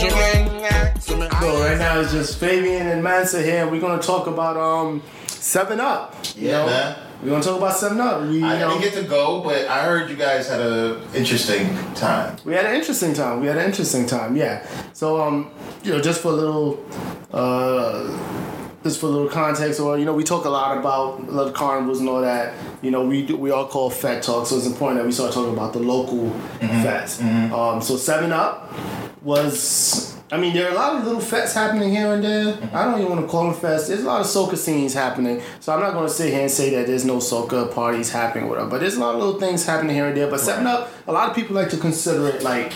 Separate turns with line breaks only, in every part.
Benjamin.
So right now it's just Fabian and Mansa here. We're gonna talk about um Seven Up. You
Yeah,
know?
man.
We're gonna talk about Seven Up. We, you
I
know,
didn't get to go, but I heard you guys had a interesting time.
we had an interesting time. We had an interesting time. Yeah. So um, you know, just for a little, uh, just for a little context, or you know, we talk a lot about little carnivals and all that. You know, we do, we all call fat talk, so it's important that we start talking about the local fats. Um, so Seven Up was. I mean, there are a lot of little fests happening here and there. I don't even want to call them fests. There's a lot of soca scenes happening. So I'm not going to sit here and say that there's no soca parties happening with them. But there's a lot of little things happening here and there. But 7 Up, a lot of people like to consider it like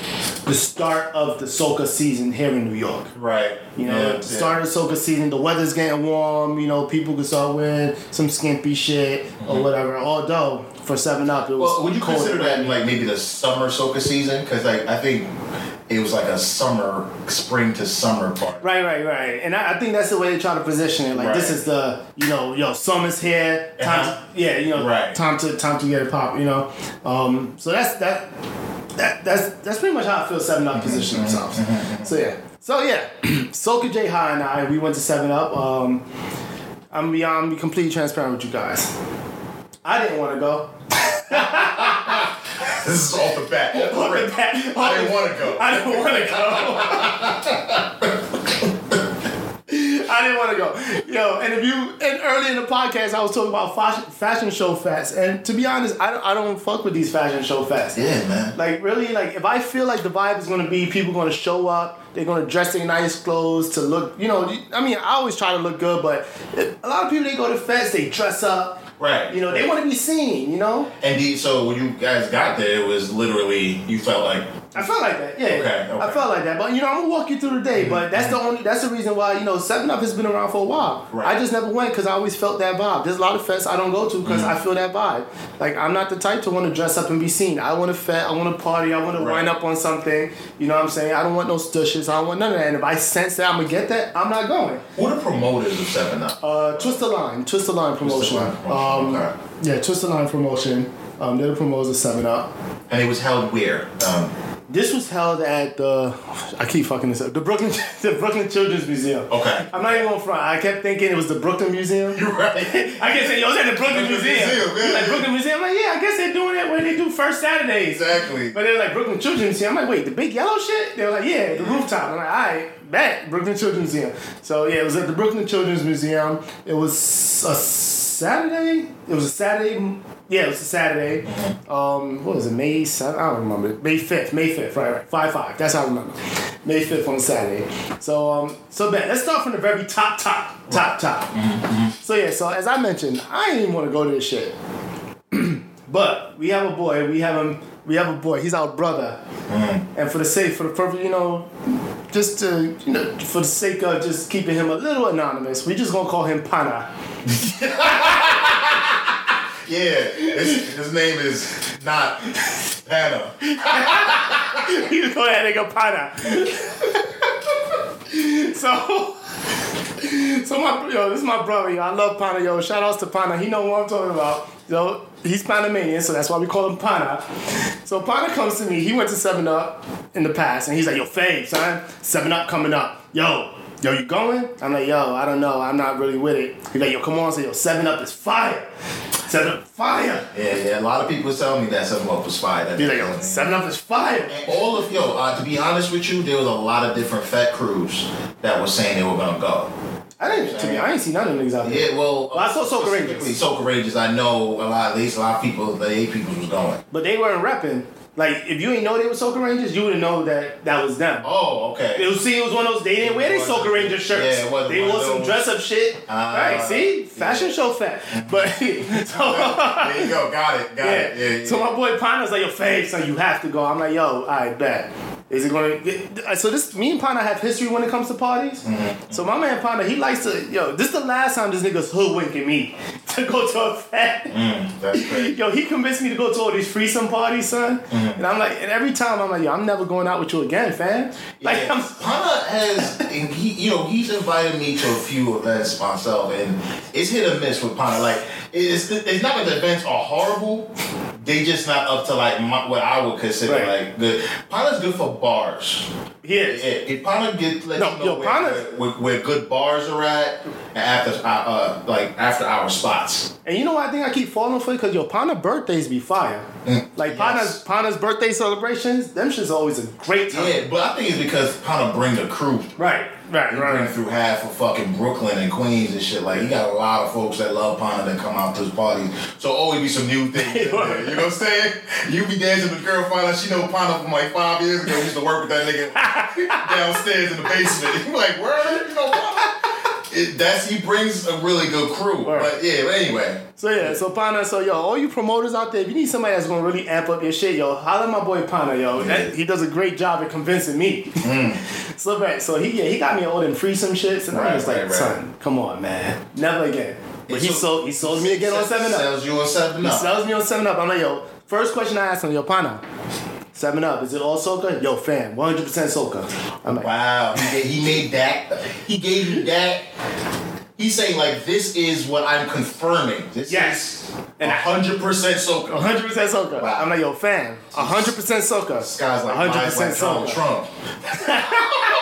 the start of the soca season here in New York.
Right.
You know,
Yeah,
start of soca season, the weather's getting warm, you know, people can start wearing some skimpy shit or whatever. Although, for 7 Up, it was.
Mm-hmm. Well, would you
cold.
consider that like maybe the summer soca season? Because like I think it was like a summer, spring to summer part.
Right, right, right. And I, I think that's the way they try to position it. Like this
Right.
is the you know, yo, summer's here. Time,
Uh-huh.
to, yeah, you know,
Right.
time to time to get it pop. You know, um, so that's that. That, that's that's pretty much how I feel Seven Up positioning
Mm-hmm.
themselves. So yeah, so yeah, Soka J High and I we went to Seven Up. Um, I'm be I'm be completely transparent with you guys. I didn't want to go.
This is off the bat. Off
the bat.
I didn't want to go.
I didn't want to go. I didn't want to go. Yo, and if you, and early in the podcast, I was talking about fashion, fashion show fats. And to be honest, I don't, I don't fuck with these fashion show fats.
yeah, man.
Like, really, like, if I feel like the vibe is going to be people going to show up, they're going to dress in nice clothes to look, you know, I mean, I always try to look good, but a lot of people, they go to fets, they dress up.
Right.
You know, they want to be seen, you know?
And do you- so when you guys got there, it was literally you felt like
I felt like that, yeah.
Okay,
I
okay. Mm-hmm,
felt like that, but you know, I'm gonna walk you through the day. But that's the only, that's the reason why you know, Seven Up has been around for a while.
Right.
I just never went because I always felt that vibe. There's a lot of fests I don't go to because
Mm-hmm.
I feel that vibe. Like I'm not the type to want to dress up and be seen. I want to fet, I want to party, I want to
Right.
wind up on something. You know what I'm saying? I don't want no stushes. I don't want none of that. And if I sense that I'm gonna get that, I'm not going.
who the promoters of Seven Up?
Uh, Twist the line, Twist the line promotion.
Line promotion,
Um,
okay.
Yeah, Twist the line promotion. Um, they're the promoters of Seven Up.
and it was held where? Um,
This was held at the I keep fucking this up. The Brooklyn the Brooklyn Children's Museum.
Okay.
I'm not even going front. I kept thinking it was the Brooklyn Museum.
right.
I guess it was at the Brooklyn
Brooklyn
Museum.
Museum, yeah.
Like Brooklyn Museum. I'm like, yeah, I guess they're doing it when they do first Saturdays.
Exactly.
But they're like Brooklyn Children's Museum. I'm like, wait, the big yellow shit? They're like, yeah, the rooftop. I'm like, all right, bet Brooklyn Children's Museum. So yeah, it was at the Brooklyn Children's Museum. It was a Saturday. It was a Saturday. Yeah, it was a Saturday. Um, what was it? May 7th? I don't remember. May 5th. May 5th. Right, right. 5 5. That's how I remember. May 5th on Saturday. So, um, so bet. Let's start from the very top, top, top, top. So, yeah, so as I mentioned, I didn't even want to go to this shit. But we have a boy. We have him. We have a boy. He's our brother. And for the sake, for the purpose, you know, just to, you know, for the sake of just keeping him a little anonymous, we just gonna call him Pana.
Yeah, his, his name is not Hannah.
we just call that nigga Pana. so. So my yo, this is my brother, yo. I love Pana, yo. Shout outs to Pana. He know what I'm talking about. Yo, he's Panamanian, so that's why we call him Pana. So Pana comes to me, he went to 7 Up in the past, and he's like, yo, Fave, son, 7 Up coming up. Yo, yo, you going? I'm like, yo, I don't know. I'm not really with it. He's like, yo, come on, say, yo, 7 Up is fire. 7 Up fire.
Yeah, yeah. A lot of people was telling me that Seven Up was fire. That
He's like, yo, 7 Up is fire.
all of yo, uh, to be honest with you, there was a lot of different fat crews that were saying they were gonna go.
I didn't, to be, I ain't see none of them niggas out there.
Yeah, well,
I saw Soul Courageous.
specifically Soul Courageous, I know a lot. At least a lot of people, the eight people was going.
But they weren't repping. Like if you ain't know they were Soca Rangers, you would know that that was them.
Oh, okay.
It was see, it was one of those they didn't wear their Soca Ranger shirts.
Yeah, it wasn't
they
one
wore
of
some
those.
dress up shit.
Ah,
right, see, fashion show fat. But so,
there you go. Got it. Got
yeah.
it. Yeah, yeah.
so my boy Pana's like, "Yo, Fave, son, you have to go." I'm like, "Yo, I bet." Is it gonna? So this me and Pana have history when it comes to parties.
Mm-hmm.
So my man Pana, he likes to. Yo, this is the last time this nigga's hoodwinking me to go to a fat.
That's great.
Yo, he convinced me to go to all these threesome parties, son.
Mm-hmm.
And I'm like, and every time I'm like, yo, I'm never going out with you again, fam. Like,
yeah.
I'm,
Pana has, and he, you know, he's invited me to a few events myself, and it's hit or miss with Pana. Like, it's, it's not that the events are horrible, they just not up to like my, what I would consider
Right.
like good. Pilot's good for bars.
He is.
Yeah, if Pana get let
No,
you know
yo,
where,
Pana-
where, where good bars are at and after uh, uh like after hour spots.
And you know what I think I keep falling for? Because your Pana birthdays be fire. Like Pana's
Mm. Yes.
Pana's birthday celebrations, them shit's always a great time.
Yeah, but I think it's because Pana bring the crew.
Right, right,
He
right.
bring through half of fucking Brooklyn and Queens and shit. Like he got a lot of folks that love Pana that come out to his parties. So always be some new things. in there, you know what I'm saying? You be dancing with a girl, find out she know Pana from like five years ago. Used to work with that nigga downstairs in the basement. You like where you know Pana? It, that's he brings a really good crew.
Word.
But yeah, but anyway.
So yeah, so Pana, so yo, all you promoters out there, if you need somebody that's gonna really amp up your shit, yo, holla at my boy Pana, yo. That- he does a great job at convincing me. so right, so he yeah, he got me all them threesome shits, and I'm
Mm. Right,
just like,
right, right.
son, come on, man, never again. But he
So-
sold he sold me again on Seven Up.
Sells you on seven
He
up.
sells me on Seven Up. I'm like, yo. First question I asked him, yo, Pana, Seven Up, is it all soca? Yo, fam, 100% soca. I'm like,
Wow, he, ga- he made that. He gave you that. He's saying like this is what I'm confirming. This
Yes.
is
And I-
hundred percent soca.
100% soca.
Wow.
I'm like, yo, fam, 100% soca.
This guy's like, 100% like Donald Trump.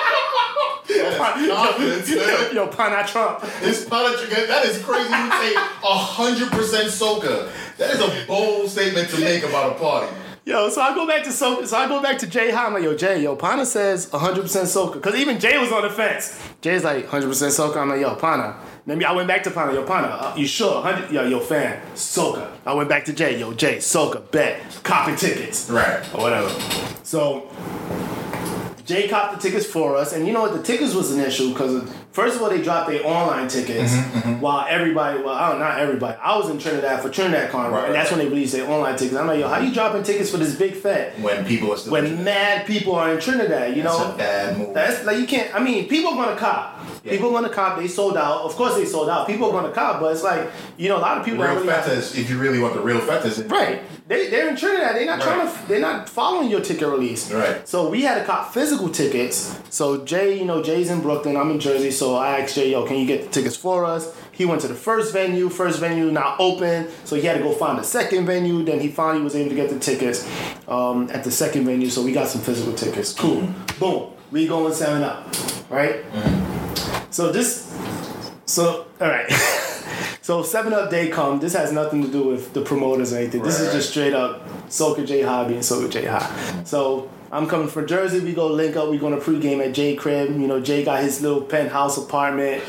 that is confidence, man.
yo, Pana Trump.
This product, that is crazy. You say hundred percent soca. That is a bold statement to make about a party.
Yo, so I go back to so, so I go back to Jay High. I'm like, yo, Jay, yo, Pana says 100% soca. Because even Jay was on the fence. Jay's like, 100% soca. I'm like, yo, Pana. Maybe I went back to Pana. Yo, Pana, uh, you sure? 100, yo, yo, fan, soca. I went back to Jay. Yo, Jay, soca, bet. Copping tickets.
Right.
Or whatever. So, Jay copped the tickets for us. And you know what? The tickets was an issue because, first of all, they dropped their online tickets
Mm-hmm,
while everybody, well, I don't, not everybody. I was in Trinidad for Trinidad Carnival.
Right,
and that's
right.
when they released their online tickets. I'm like, yo, how you dropping tickets for this big fat?
When people are still
when mad people are in Trinidad, you
it's
know?
a bad move.
That's like you can't. I mean, people are gonna cop.
Yeah.
People are gonna cop. They sold out. Of course, they sold out. People are gonna cop, but it's like you know, a lot of people.
real
don't really
fetas. If you really want the real fetas,
Right. They they're in Trinidad. They're not
Right.
trying to. They're not following your ticket release.
Right.
So we had to cop physical tickets. So Jay, you know, Jay's in Brooklyn. I'm in Jersey. So I asked Jay, yo, can you get the tickets for us? He went to the first venue. First venue not open. So he had to go find a second venue. Then he finally was able to get the tickets um, at the second venue. So we got some physical tickets. Cool.
Mm-hmm.
Boom. We going seven up. Right. So this so, all right. so, Seven Up Day come. This has nothing to do with the promoters or anything. This is
Right, right.
just straight up Soca J High being Soca J High. So. I'm coming from Jersey. We go link up. We're going to pregame at J Crib. You know, Jay got his little penthouse apartment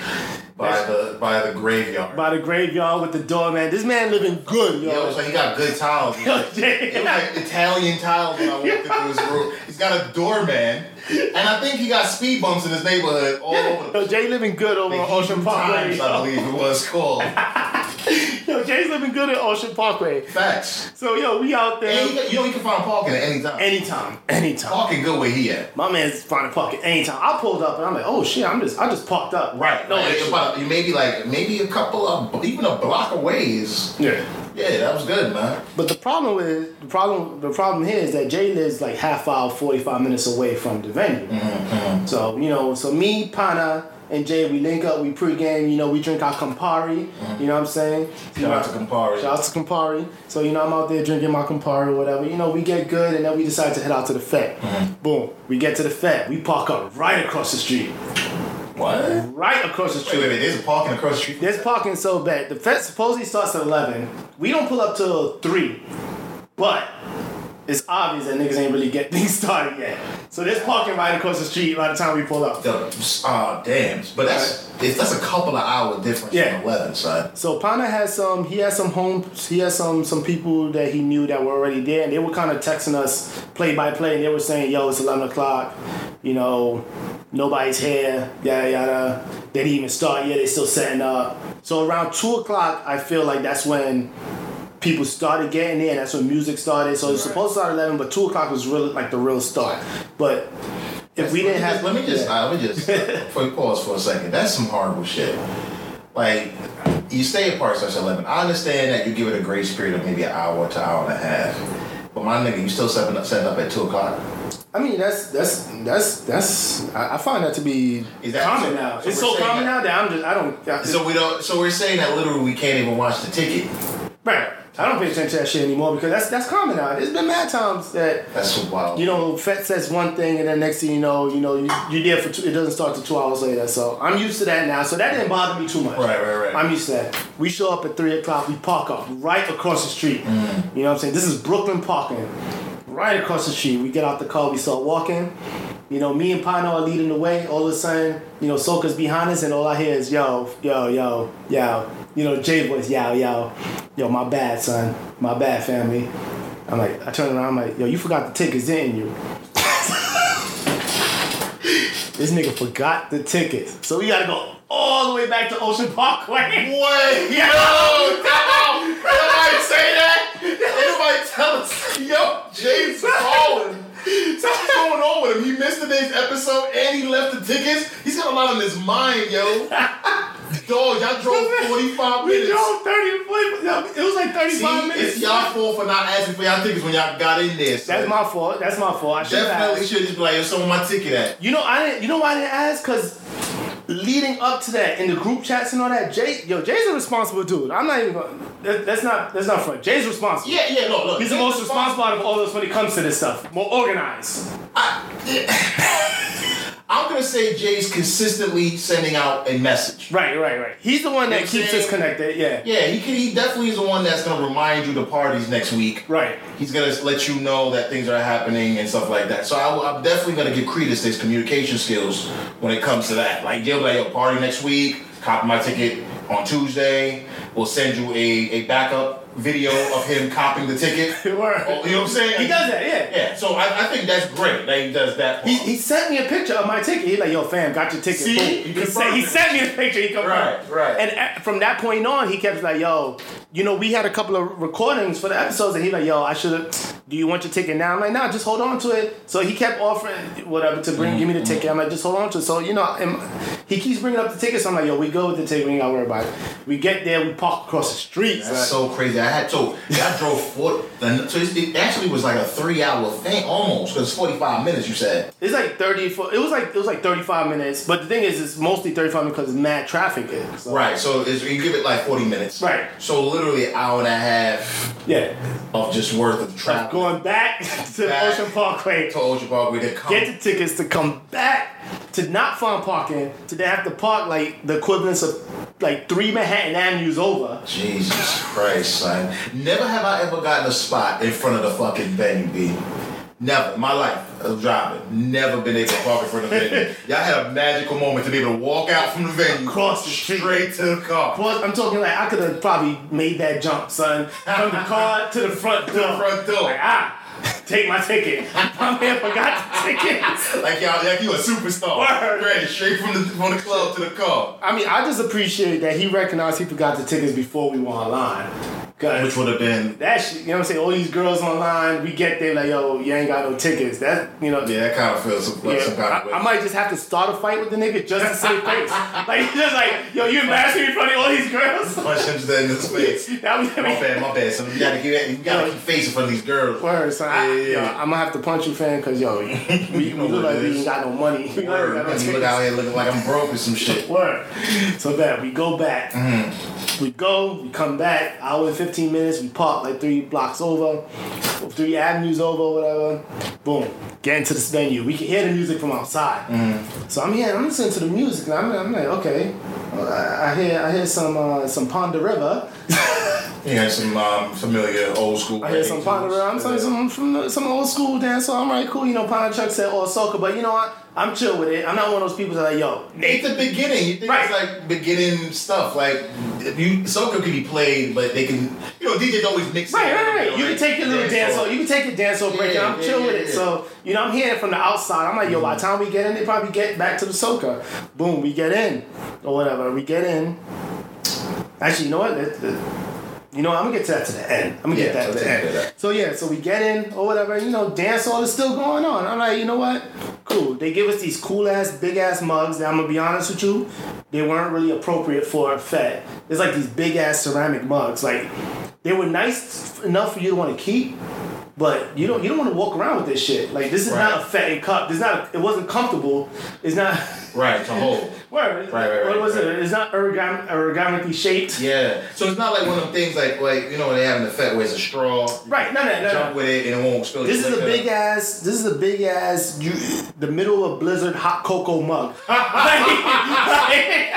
by the by the graveyard.
by the graveyard with the doorman. This man living good, yo.
Yo, so he got good tiles. It was
yeah.
like, it was like Italian tiles when I walked into his room. He's got a doorman, and I think he got speed bumps in his neighborhood all over the
Yo, Jay living good over on
like,
Ocean Parkway.
times, I believe it was called.
Yo, Jay's living good at Ocean Parkway.
Facts.
So, yo, we out
And he,
there
got- you know, you can find parking at any time.
anytime. Anytime.
parking good where he at.
My man's finding parking anytime. I pulled up and I'm like, oh shit, I'm just I just parked up.
Right.
No
No,
issue.
about, maybe like maybe a couple of even a block away is.
Yeah.
Yeah, that was good, man.
But the problem with the problem the problem here is that Jay lives like half hour, forty five minutes away from the venue.
Mm-hmm.
So you know, so me, Pana, and Jay, we link up, we pregame, you know, we drink our Campari. You know what I'm saying?
Mm-hmm. Shout out to Campari.
Shout out to Campari. So you know, I'm out there drinking my Campari or whatever. You know, we get good, and then we decide to head out to the Fed.
Mm-hmm.
Boom, we get to the Fed. We park up right across the street,
What? Wait,
right across the street.
wait, wait. There's a parking across the street.
This parking so bad. The fence supposedly starts at eleven. We don't pull up till three, but it's obvious that niggas ain't really get things started yet. So this parking right across the street by the time we pull up.
the uh, dams, but that's it's, that's a couple of hour difference
Yeah.
from the weather side.
So Pana has some. He has some home. He has some some people that he knew that were already there, and they were kind of texting us play by play, and they were saying, "Yo, it's eleven o'clock. You know, nobody's here. Yada yada. They didn't even start yet. They still setting up. So around two o'clock, I feel like that's when people started getting in. That's when music started. So it's
Right.
supposed to start at eleven, but two o'clock was really like the real start. But if we didn't
let
have,
me just,
yeah.
let me just, uh, let me just uh, for, pause for a second. That's some horrible shit. Like you stay at parks such eleven. I understand that you give it a grace period of maybe an hour to hour and a half, but my nigga, you still setting up setting up at two o'clock.
I mean, that's that's that's that's. I, I find that to be
Is that-
common
so-
now. it's
so we're
so
saying
common now
that-
that I'm just I don't. I,
So we don't. So we're saying that literally we can't even watch the ticket.
right. I don't pay attention to that shit anymore because that's that's common now. There's been mad times that
That's wild.
you know Fett says one thing and then next thing you know, you know you, you're there for two, it doesn't start to two hours later. So I'm used to that now. So that didn't bother me too much.
Right, right, right.
I'm used to that. We show up at three o'clock. We park up right across the street.
Mm.
You know what I'm saying? This is Brooklyn parking, right across the street. We get out the car. We start walking. You know, me and Pano are leading the way. All of a sudden, you know, Soka's behind us, and all I hear is yo, yo, yo, yo. You know, Jay voice, yo, yo, yo. My bad, son. My bad, family. I'm like, I turn around. I'm like, yo, you forgot the tickets, didn't you? This nigga forgot the tickets, so we gotta go all the way back to Ocean Parkway.
Wait, yo, come on. Nobody say that. Anybody tell us? Yo, James calling. Something's going on with him. He missed today's episode and he left the tickets. He's got a lot on his mind, yo. Dog, y'all drove 45
We
minutes.
drove 30 to 40 no, It was like 35
See,
minutes.
it's y'all fault for not asking for y'all tickets when y'all got in there. son.
That's my fault. That's my fault. I should have
Definitely
asked.
should just be like, yo, so where my ticket at?
You know, I didn't. You know why I didn't ask? Cause leading up to that in the group chats and all that, Jay, yo, Jay's a responsible dude. I'm not even. Gonna, that, that's not. That's not front. Jay's responsible.
Yeah, yeah, look, look.
He's the most responsible out of all of us when it comes to this stuff. More organized.
I'm gonna say Jay's consistently sending out a message.
Right, right, right. He's the one that
Like
keeps
Jay-
us connected. Yeah.
Yeah, he can, he definitely is the one that's gonna remind you the parties next week.
Right.
He's gonna let you know that things are happening and stuff like that. So I, am definitely gonna give credence to his communication skills when it comes to that. Like, they'll be like, yo, party next week, copy my ticket on Tuesday, we'll send you a, a backup video of him copying the ticket.
It worked.
Oh, you know what I'm saying?
He does that. Yeah.
Yeah, so I, I think that's great that he does that. part.
He, he sent me a picture of my ticket. He's like, "Yo, fam, got your ticket."
See?
Boom.
You
he, sent,
confirmed
he
it.
sent me a picture. He confirmed.
Right, right.
And a- from that point on, he kept like, "Yo, you know, we had a couple of recordings for the episodes, and he like, "Yo, I should have. Do you want your ticket now?" I'm like, "Nah, just hold on to it." So he kept offering whatever to bring, give me
Mm-hmm.
the ticket. I'm like, "Just hold on to it." So you know, and he keeps bringing up the ticket. So I'm like, "Yo, we go with the ticket. We ain't gotta worry about it." We get there, we park across the street.
That's so crazy. I had so I drove four. the- So it's- it actually was like a three-hour thing almost because forty five minutes. You said
It's like thirty. For, it was like it was like thirty five minutes. But the thing is, it's mostly thirty five minutes because it's mad traffic. There, so.
right. So it's, you give it like forty minutes.
Right.
So literally an hour and a half
Yeah.
of just worth of
Like
travel
going back to
Back.
Ocean Parkway,
to Ocean Parkway to come.
get the tickets to come back to not find parking, to then have to park like the equivalence of like three Manhattan Avenues over.
Jesus Christ, son. Never have I ever gotten a spot in front of the fucking venue, B. Never. in My life of driving. Never been able to park in front of the venue. Y'all had a magical moment to be able to walk out from the venue.
Across the street.
Straight to the car.
Plus, I'm talking like I could have probably made that jump, son, from the car to the front door.
front door.
Like, ah, take my ticket. My man forgot the tickets.
Like y'all, like you a superstar.
Word.
Right, straight from the from the club to the car.
I mean, I just appreciate that he recognized he forgot the tickets before we were online. 'Cause-
Which would have been
that shit, you know what I'm saying? All these girls online, we get there like, yo, you ain't got no tickets. That, you know,
yeah, that kind of feels some, like
yeah,
some kind of
I,
way.
I might just have to start a fight with the nigga just to save face. like, he's just like, yo, you embarrassing me in front of all these girls?
punch him dead in the face.
that was, I
My
mean,
bad, my bad. So you gotta keep that- you gotta keep facing for these girls.
word, son. I,
Yeah, yeah,
yo,
yeah.
I'm gonna have to punch you, fam, because, yo, we, we
know
look
what
like
it
we
is.
ain't got no money. We
Word.
ain't got no
You
tickets.
look out here looking like I'm broke or some shit.
Word. So bad. We go back. We go. We come back. Hour and fifteen minutes. We park like three blocks over, or three avenues over, whatever. Boom. Get into this venue. We can hear the music from outside. So I'm here. I'm listening to the music, and I'm, I'm like, okay. I I hear I hear some uh, some Ponda River.
Yeah, some um, familiar old school.
I hear some Ponda River. I'm sorry, some from the, some old school dance. So I'm like, cool. You know, Ponda Chuck said or soca, but you know what? I'm chill with it. I'm not one of those people that like, yo,
It's the beginning. You think
Right.
it's like beginning stuff. Like if you soca could be played, but they can. You know, DJs always mix. it
Right,
up,
right, right. You can
like,
take your little dance
hall.
hall. You can take your dance hall break.
Yeah,
and I'm
yeah,
chill
yeah,
with it.
yeah.
So you know, I'm hearing it from the outside. I'm like, yo, by the time we get in, they probably get back to the soca. Boom, we get in or whatever. We get in. Actually, you know what? Let- let- you know, what? I'm gonna get to that to the end. I'm gonna
Yeah,
get that to
let's
the
get to
end.
that.
So yeah, so we get in or whatever. You know, dance hall is still going on. I'm like, you know what? Cool. They give us these cool ass, big ass mugs. That I'm gonna be honest with you, they weren't really appropriate for a fed. It's like these big ass ceramic mugs. Like they were nice enough for you to want to keep, but you don't you don't want to walk around with this shit. Like this is not
Right.
a fetid cup. This is not. it wasn't comfortable. It's not.
Right, to hold.
Word.
Right, right, right,
What was
right.
it? It's not origami, origamically shaped.
Yeah. So it's not like one of them things like like you know when they have an effect where it's a straw.
Right. No, no, no, no.
Jump with it and it won't spill.
This
your
is a
liquor.
big ass. This is a big ass. You, the middle of Blizzard hot cocoa mug. Like-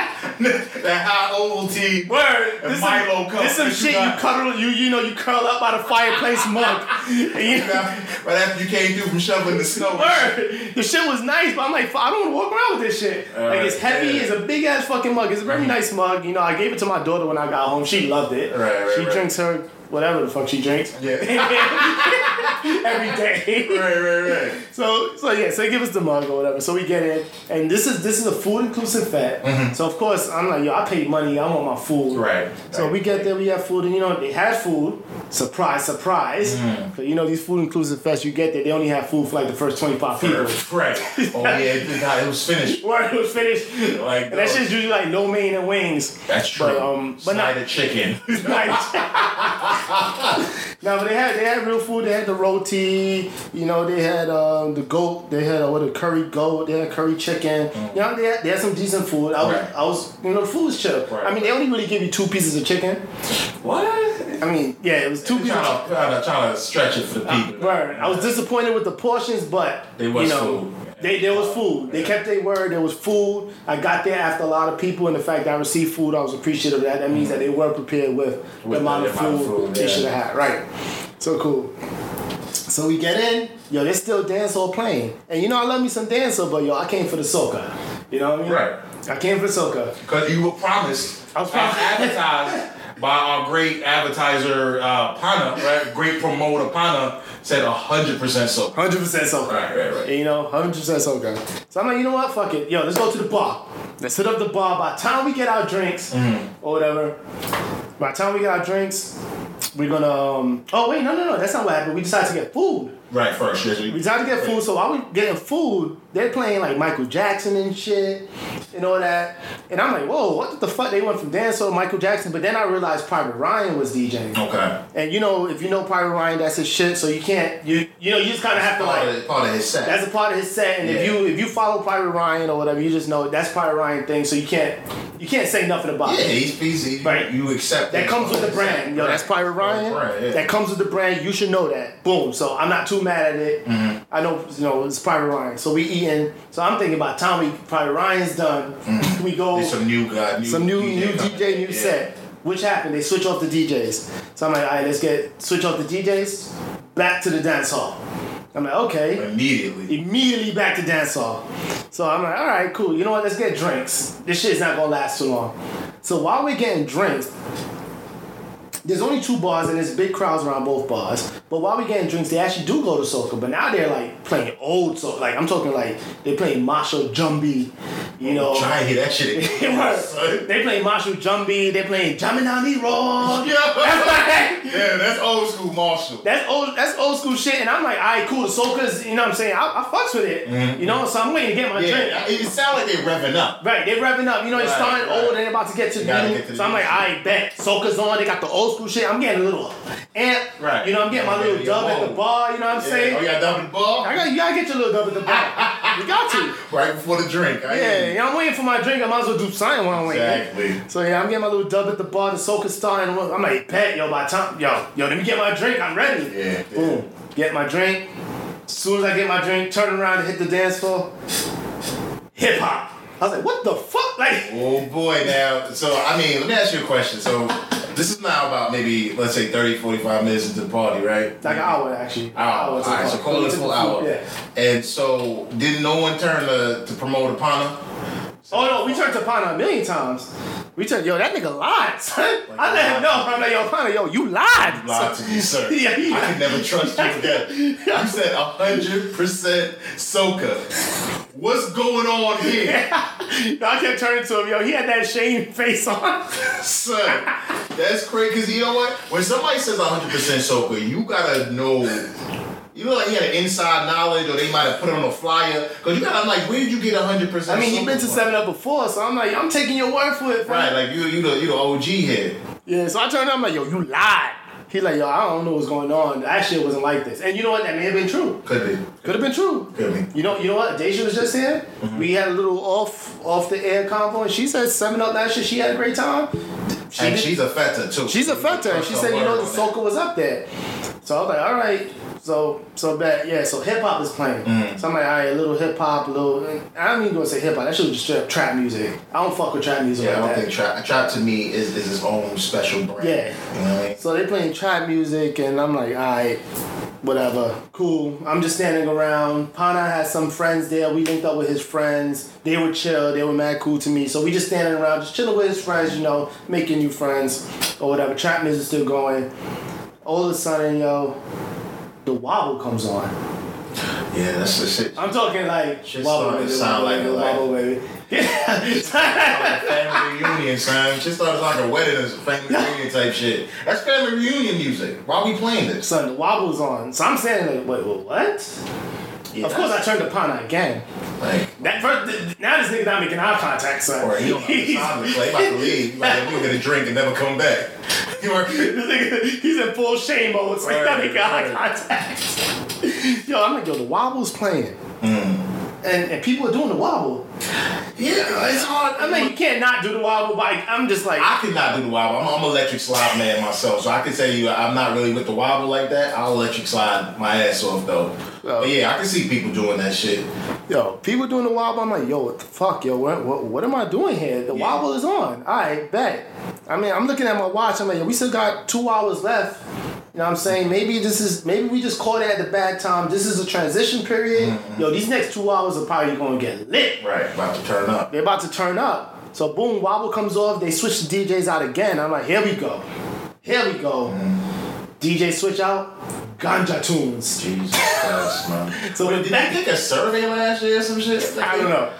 that high old tea.
Word.
And
This
Milo
some,
cup
this some
that you
shit you
got.
cuddle. You you know you curl up by the fireplace mug. And you-
right after you came through from shoveling the snow.
Word. The shit was nice, but I'm like, I don't want to walk around with this shit. like it's heavy.
yeah. Mm-hmm.
It's a big ass fucking mug. It's a very nice mug. You know, I gave it to my daughter when I got home. She loved it.
Right, right,
She
right.
drinks her whatever the fuck she drinks
Yeah.
every day.
right, right, right.
So so yeah, so they give us the mug or whatever. So we get it, and this is this is a food inclusive fat. So of course I'm like, yo, I paid money, I want my food.
Mm-hmm. Right.
So we get there, we have food, and you know they had food. Surprise, surprise.
Mm-hmm.
But you know these food inclusive fests, you get there, they only have food for like the first twenty five people.
Right. Oh yeah, it, God, it was finished.
Where it was finished,
Like, uh,
and that shit's usually like no main and wings.
That's true.
But, um, but not-
Snyder chicken.
Right. no, but they had they had real food. They had the roti. You know, they had um, the goat. They had uh, what a curry goat. They had curry chicken. You know, they had, they had some decent food. I was,
Mm. Right.
I was you know, the food was chill.
Right.
I mean, they only really give you two pieces of chicken.
What?
I mean, yeah, it was two
Trying
pieces. Of
to, trying, to, trying to stretch it for the people.
Word. I was disappointed with the portions, but
There was
you know,
food.
They, there was food. They kept their word. There was food. I got there after a lot of people, and the fact that I received food, I was appreciative of that. That means that they were prepared with, the
With
amount
the
of
amount
food,
of food,
they
yeah.
should have had. Right. So cool. So we get in. Yo, there's still dancehall playing, and you know I love me some dancehall, but yo, I came for the soca. You know what I mean?
Right.
I came for the soca.
Because you were promised.
I was promised.
advertised by our great advertiser, uh, Pana, right? Great promoter, Pana, said 100% so.
Hundred percent soca.
Right, right, right.
You know, hundred percent soca. So I'm like, you know what? Fuck it. Yo, let's go to the bar. Let's hit up the bar. By the time we get our drinks or whatever, by the time we get our drinks, we're gonna. Um, oh wait, no, no, no. That's not what happened. We decided to get food.
Right, first. Yes, we-
We decided to get food. So while we getting food, they're playing like Michael Jackson and shit and all that. And I'm like, whoa, what the fuck? They went from dancehall to Michael Jackson. But then I realized Private Ryan was DJing.
Okay.
And you know, if you know Private Ryan, that's his shit. So you can't, you you know, you just kind of have to like.
Part of, part of his set.
That's a part of his set, and if
Yeah.
you if you follow Pirate Ryan or whatever, you just know that's Pirate Ryan thing. So you can't you can't say nothing about
yeah,
it.
he's busy.
Right.
You accept
That
it.
comes with the brand, yo. That's Pirate Ryan.
Right, yeah.
That comes with the brand. You should know that. Boom. So I'm not too mad at it.
Mm-hmm.
I know you know it's Pirate Ryan. So we eating. So I'm thinking about Tommy. Pirate Ryan's done. We go
There's Mm-hmm. some new guy. New
Oh. some new new
coming.
DJ, new
Yeah.
set. Which happened? They switch off the DJs. So I'm like, all right, let's get switch off the DJs, back to the dance hall. I'm like, okay
Immediately.
immediately back to dance hall. So I'm like, all right, cool. You know what? Let's get drinks. This shit's not gonna last too long. So while we're getting drinks, there's only two bars and there's big crowds around both bars. But while we're getting drinks, they actually do go to soca. But now they're like playing old soca. Like I'm talking like they playing Marshall Jumbie, you know.
Try and hear that shit
They
again.
were-
son.
they playing Marshall Jumbie. They playing Jumping Down the Road.
yeah. yeah, that's old school Marshall.
That's old. That's old school shit. And I'm like, all right, cool. Soca's, you know what I'm saying? I, I fucks with it. You know, so I'm waiting to get my drink.
Mm-hmm. Yeah, it sound like they revving up.
Right, they're revving up. You know, they're
Right,
starting
right.
old and they're about to get to the
gotta
new.
get to the
so I'm
new
like,
shit.
I bet. Soca's on. They got the old school shit. I'm getting a little amp.
Right.
You know, I'm getting my
Yeah,
little
yeah,
dub at the
whoa.
bar. You know what I'm
Yeah.
saying?
Oh, yeah, double the
I
ball
got, you gotta get your little dub at the bar. you got to.
right before the drink. I hear
Yeah,
you.
yeah, I'm waiting for my drink. I might as well do something while I'm waiting.
Exactly.
So yeah, I'm getting my little dub at the bar. The Soca's starting. I'm like, bet, yo, by the time, yo, yo, let me get my drink. I'm ready.
Yeah, yeah.
Boom. Get my drink. As soon as I get my drink, turn around and hit the dance floor. Hip hop. I was like, what the fuck? Like.
Oh boy, now. So, I mean, let me ask you a question. So, this is now about maybe, let's say, 30, 45 minutes into the party, right?
Like an hour actually.
Hour.
Hour
Oh, All
to
right, so
fuck.
call it a full hour.
Yeah.
And so, did no one turn to, to promote upon him?
Oh no, we turned to Pana a million times. We turned, yo, that nigga lied, son. I let him know. I'm like, yo, Pana, yo, you lied.
Lied to me, sir.
Yeah, he
I
lied.
can never trust you again. You said 100% soca. What's going on here?
No, I kept turning to him, yo, he had that shame face on.
Son, that's crazy. Cause you know what? When somebody says 100% soca, you gotta know. You look like you had an inside knowledge, or they might have put it on a flyer. Cause you gotta, I'm like, where did you get 100%?
I mean, he
soca
been to
from?
Seven Up before, so I'm like, I'm taking your word for it. fam.
Right, like you, you the, you the OG here.
Yeah, so I turned. up, I'm like, yo, you lied. He like, yo, I don't know what's going on. That shit wasn't like this. And you know what? That may have been true.
Could be.
Could have been true.
Could be.
You know, you know what? Deja was just here. We had a little off off the air convo, and she said summing up last year. She had a great time. She
and
did-
she's a feta too.
she's a factor. And she said, you know, the soca was up there. So I was like, all right. So so that yeah. So hip hop is playing.
Mm.
So I'm like, all right, a little hip hop, a little. I'm even gonna say hip hop. That shit was just straight up trap music. I don't fuck with trap music
Yeah,
like
I don't
that.
think trap. Trap to me is, is his own special brand.
Yeah.
You know what I mean?
So they playing trap music, and I'm like, all right, whatever, cool. I'm just standing around. Pana had some friends there. We linked up with his friends. They were chill. They were mad cool to me. So we just standing around, just chilling with his friends, you know, making new friends or whatever. Trap music still going. All of a sudden, yo, the wobble comes on.
Yeah, that's the shit.
I'm talking like
Shit
wobble,
started to
baby,
sound
wobble,
like
baby,
a lot.
wobble, baby. Yeah.
family reunion, son. Just thought it was like a wedding or some family reunion type shit. That's family reunion music. Why we playing this?
Son, the wobble's on. So I'm standing like, wait, wait what?
Yeah,
of course, I turned to Pana again.
Like,
That first, th- th- now this nigga not making eye contact, son.
or he don't have the time to play. He about to leave. He Like, we get a drink and never come back. You are.
this nigga, he's in full shame mode, so he's not
Right,
making eye contact. yo, I'm like, yo, the wobble's playing,
Mm.
and and people are doing the wobble.
Yeah, it's hard.
I mean, you can't not do the wobble. Like, I'm just like,
I could not do the wobble. I'm, I'm an electric slide man myself, so I can tell you I'm not really with the wobble like that. I'll electric slide my ass off though.
Oh.
But yeah, I can see people doing that shit.
yo, people doing the wobble. I'm like, yo, what the fuck, yo, what what, what am I doing here? The wobble is on. All right, bet. I mean, I'm looking at my watch. I'm like, yo, we still got two hours left. You know what I'm saying? Maybe this is maybe we just caught it at the bad time. This is a transition period. Yo, these next two hours are probably gonna get lit.
Right, about to turn up.
They're about to turn up. So boom, wobble comes off. They switch the DJs out again. I'm like, here we go, here we go. DJ switch out, ganja tunes.
Jesus Christ, man.
So
Did they take a survey last year or some shit? Like,
I don't know.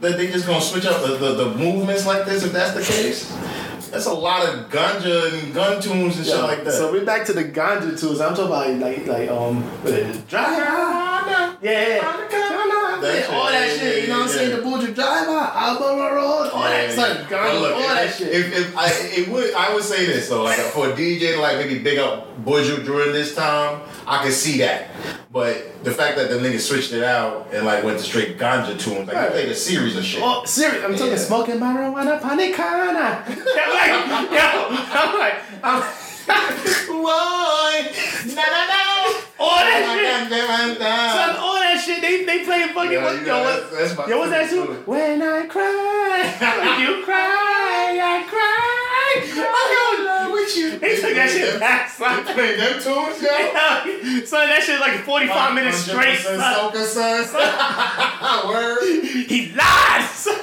That they just gonna switch up the, the, the movements like this if that's the case? That's a lot of ganja and gun tunes and shit like that.
So we're back to the ganja tunes. I'm talking about like like um what is it? drive by.
Ganja.
Yeah, yeah.
Ganja.
Ganja.
Ah, That
Yeah, all
shit.
that shit. You know what I'm
Yeah,
saying?
yeah.
The Buju drive by, album road, all that
Yeah,
stuff.
yeah. But
Ganja,
look,
all
if-
that shit.
If, if I it would, I would say this though, like for a DJ to like maybe big up Buju during this time, I could see that. But the fact that the nigga switched it out and like went to straight ganja tunes, like
Right.
he played a series of shit.
Oh, serious. I'm talking
Yeah.
smoking marijuana, panicana. I'm like, yo, I'm like, I'm,
Why? No, no, no.
all that shit. Son,
Son,
all that shit, they they playing fucking
Yeah,
what,
you
yo,
know,
what,
that's- that's my
yo, what's that
favorite
shit?
song.
When I cry, when you cry, I cry. Oh,
with you.
yo, they took that shit back, son.
Playing them tunes, yo.
son, that shit like 45 minutes straight.
100%
Son.
Soca, son. Word.
He lied, son.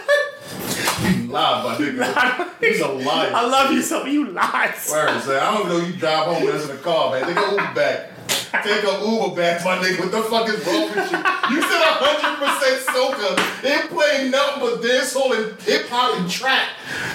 You lie, my nigga. He's a liar.
I love you, son, but you lied. son.
Word, son. I don't know you drive home with us in the car, man. Take a Uber back. Take a Uber back, my nigga. What the fuck is wrong with you? You said 100% soca. They play nothing but dancehall and hip hop and trap.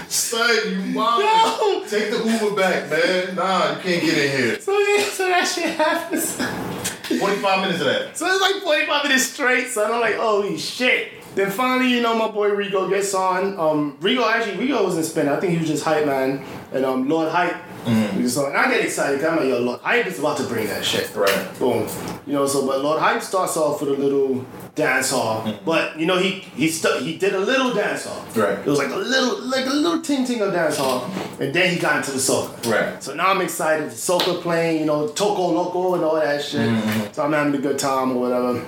Son, you mom.
No.
Take the Uber back, man. Nah, you can't get in here.
So, yeah, so that shit happens. So
45 minutes of that.
it's like 45 minutes straight, son. I'm like, holy shit. Then finally, you know, my boy Rigo gets on. Um, Rigo actually, Rigo wasn't spinning. I think he was just hype man, and um, Lord Hype.
Mm-hmm.
So and I get excited. 'cause I'm like, yo, Lord Hype is about to bring that shit.
Right.
Boom. You know, so but Lord Hype starts off with a little dance hall, but you know he he stu- he did a little dance hall.
Mm-hmm. Right.
It was like a little like a little ting ting of dance hall, and then he got into the soca.
Right.
So now I'm excited. The soca playing, you know, Toco Loco and all that shit.
Mm-hmm.
So I'm having a good time or whatever.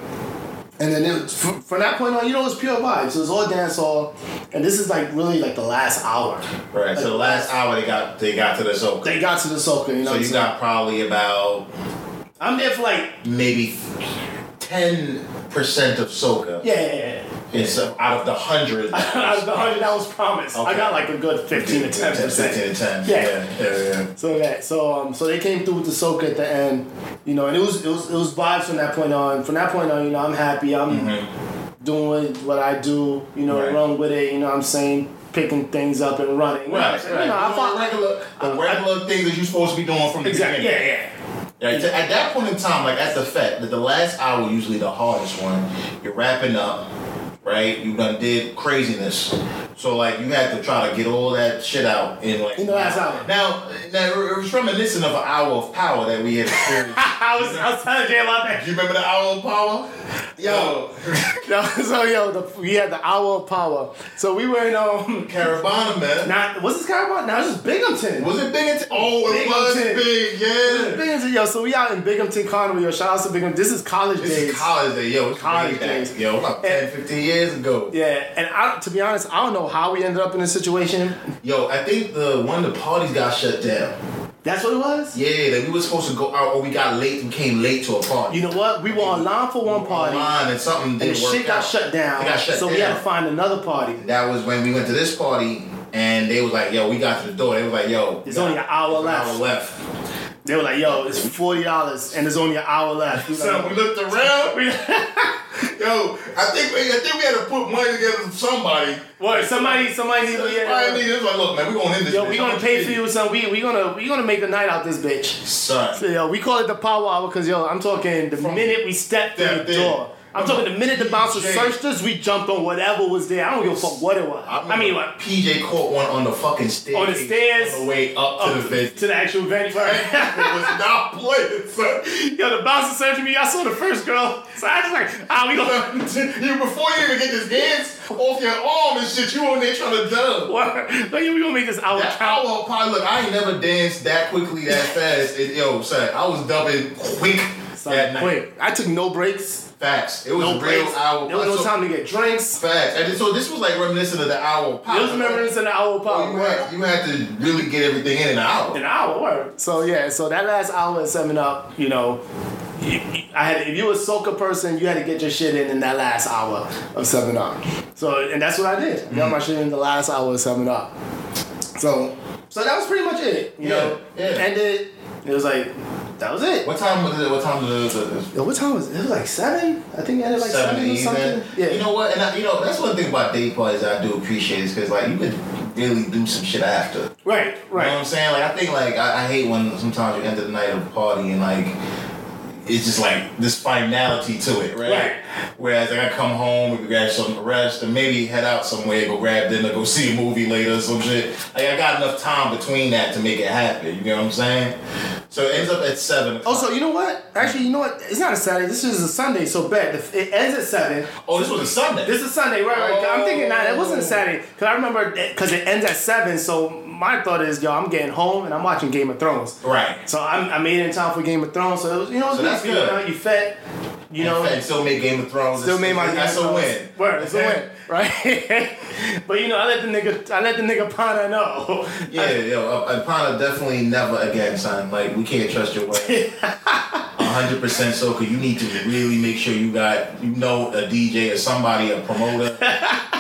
And then it, from, from that point on, you know, it was pure vibes. It was all dance hall, and this is like really like the last hour.
Right. So the last hour they got they got to the soca.
They got to the soca, you know.
so
what I'm
you
saying?
got probably about
I'm there for like
maybe 10% of soca.
yeah, yeah, yeah. yeah.
It's uh, out of the hundred.
out of the hundred that was promised, I
Okay.
got like a good fifteen to ten percent.
Fifteen to ten.
Yeah.
yeah, yeah. yeah.
So that so um so they came through with the soca at the end, you know, and it was it was it was vibes from that point on. From that point on, you know, I'm happy. I'm doing what I do, you know,
Mm-hmm. Right.
run with it. You know, what I'm saying picking things up and running.
Right,
You
right.
know, I
Doing
fought-
the regular, the regular things that you're supposed to be doing from the
exactly.
beginning.
Yeah, yeah.
Like, to- at that point in time, like at the fet, that the last hour usually the hardest one. You're wrapping up, right? You done did craziness. So like you had to try to get all that shit out in like
In the last hour.
Now, now it was reminiscent of an hour of power that we had experienced.
I was, I was telling Jay about that.
you remember the hour of power?
Yo. Yo, so yo, the, we had the hour of power. So we were in um,
Caravana man.
not was this Carabao? Now it's just Binghamton.
was it Binghamton? Oh, it
Binghamton.
was big,
It's
yeah.
Binghamton, yo. So we out in Binghamton Conway. Yo, shout out to Binghamton. This is college
This
days.
is college day, yo. It's
College
way back,
days.
Yo, about 10, 15 years ago.
yeah, and I, to be honest, I don't know how we ended up in this situation.
Yo, I think the one of the parties got shut down.
That's what it was.
Yeah, like we were supposed to go out or we got late and came late to a party.
You know what? We were online for one party,
Online and something
and the
didn't work
shit got
out.
shut down.
It got shut
so we had
down.
to find another party.
That was when we went to this party and they was like, yo, we got to the door. They was like, yo,
There's only an hour
an
left.
hour left.
They were like, "Yo, it's forty dollars, and there's only an hour left." We were
So
like,
we looked around. We, yo, I think we, I think we had to put money together from somebody.
What? Somebody, somebody needs to
Somebody
yeah.
needed- it was like, look, man, we gonna end this.
Yo,
bitch.
we
How
gonna
much
pay
is
for
it?
you with something. We we gonna we gonna make a night out this bitch.
son.
So, yo, we call it the power hour because yo, I'm talking the minute we stepped in
Stepped
the
in.
door. I'm talking the minute the bouncer
Yeah.
searched us, we jumped on whatever was there. I don't give a fuck what it was. I, mean,
remember
what
PJ caught one on the fucking stairs.
On the stairs.
on the way up, to the bed.
oh, to the actual venue.
it was not playing, son.
yo, the bouncer searched me. I saw the first girl, so I just like, ah, we gonna.
you before you even get this dance off your arm and shit, you on there trying to dub.
Like, yo, we gonna make this hour
That
count.
power probably look. I ain't never danced that quickly, that fast. And, yo, son, I was dubbing quick
So,
that night.
wait, I took no breaks.
Facts. It was
No
a real
breaks.
hour.
There was no
so-
time to get drinks.
Facts. And so this was like reminiscent of the hour of power.
It was remembrance in the hour
You had,
pop.
you had to really get everything in an hour.
An hour. word. So yeah, so that last hour at seven up, you know, you- you- I had if you were a soca person, you had to get your shit in in that last hour of seven up. So and that's what I did. I got
Mm.
my shit in the last hour of seven up. So so that was pretty much it. You
Yeah,
know,
yeah.
ended. It was like that was it.
What time was it? What time was it?
Yo, what time was it? It was like seven. I think it ended like
seven
seven,
to
or something.
even.
Yeah.
You know what? And I, you know that's one thing about day parties I do appreciate is because like you could really do some shit after.
right. Right.
You know what I'm saying? Like I think like I, I hate when sometimes you enter the night of a party and like it's just like this finality to it, right?
Right.
Whereas like I come home, we could grab something to rest, and maybe head out somewhere, go grab dinner, go see a movie later, or some shit. Like I got enough time between that to make it happen. You know what I'm saying? So it ends up at seven. o'clock.
Also, you know what? Actually, you know what? It's not a Saturday. This is a Sunday. So bet if it ends at seven.
oh, this was a Sunday.
This is Sunday, right? right. 'Cause I'm thinking nah, it wasn't a
Oh.
Saturday because I remember because it ends at seven. So my thought is, yo, I'm getting home and I'm watching Game of Thrones.
right.
So I'm, I made it in time for Game of Thrones. So it was, you know, it was
So
nice.
that's
You
good.
know, you fed, you know,
and still made Game of Thrones.
still made my Game
That's
of
a
Thrones.
win.
Word, it's a win, right? but you know, I let the nigga, I let the nigga Pana know.
Yeah, yo, Ipana definitely never again, son. Like we can't trust your word. hundred percent so cause you need to really make sure you got you know a DJ or somebody, a promoter,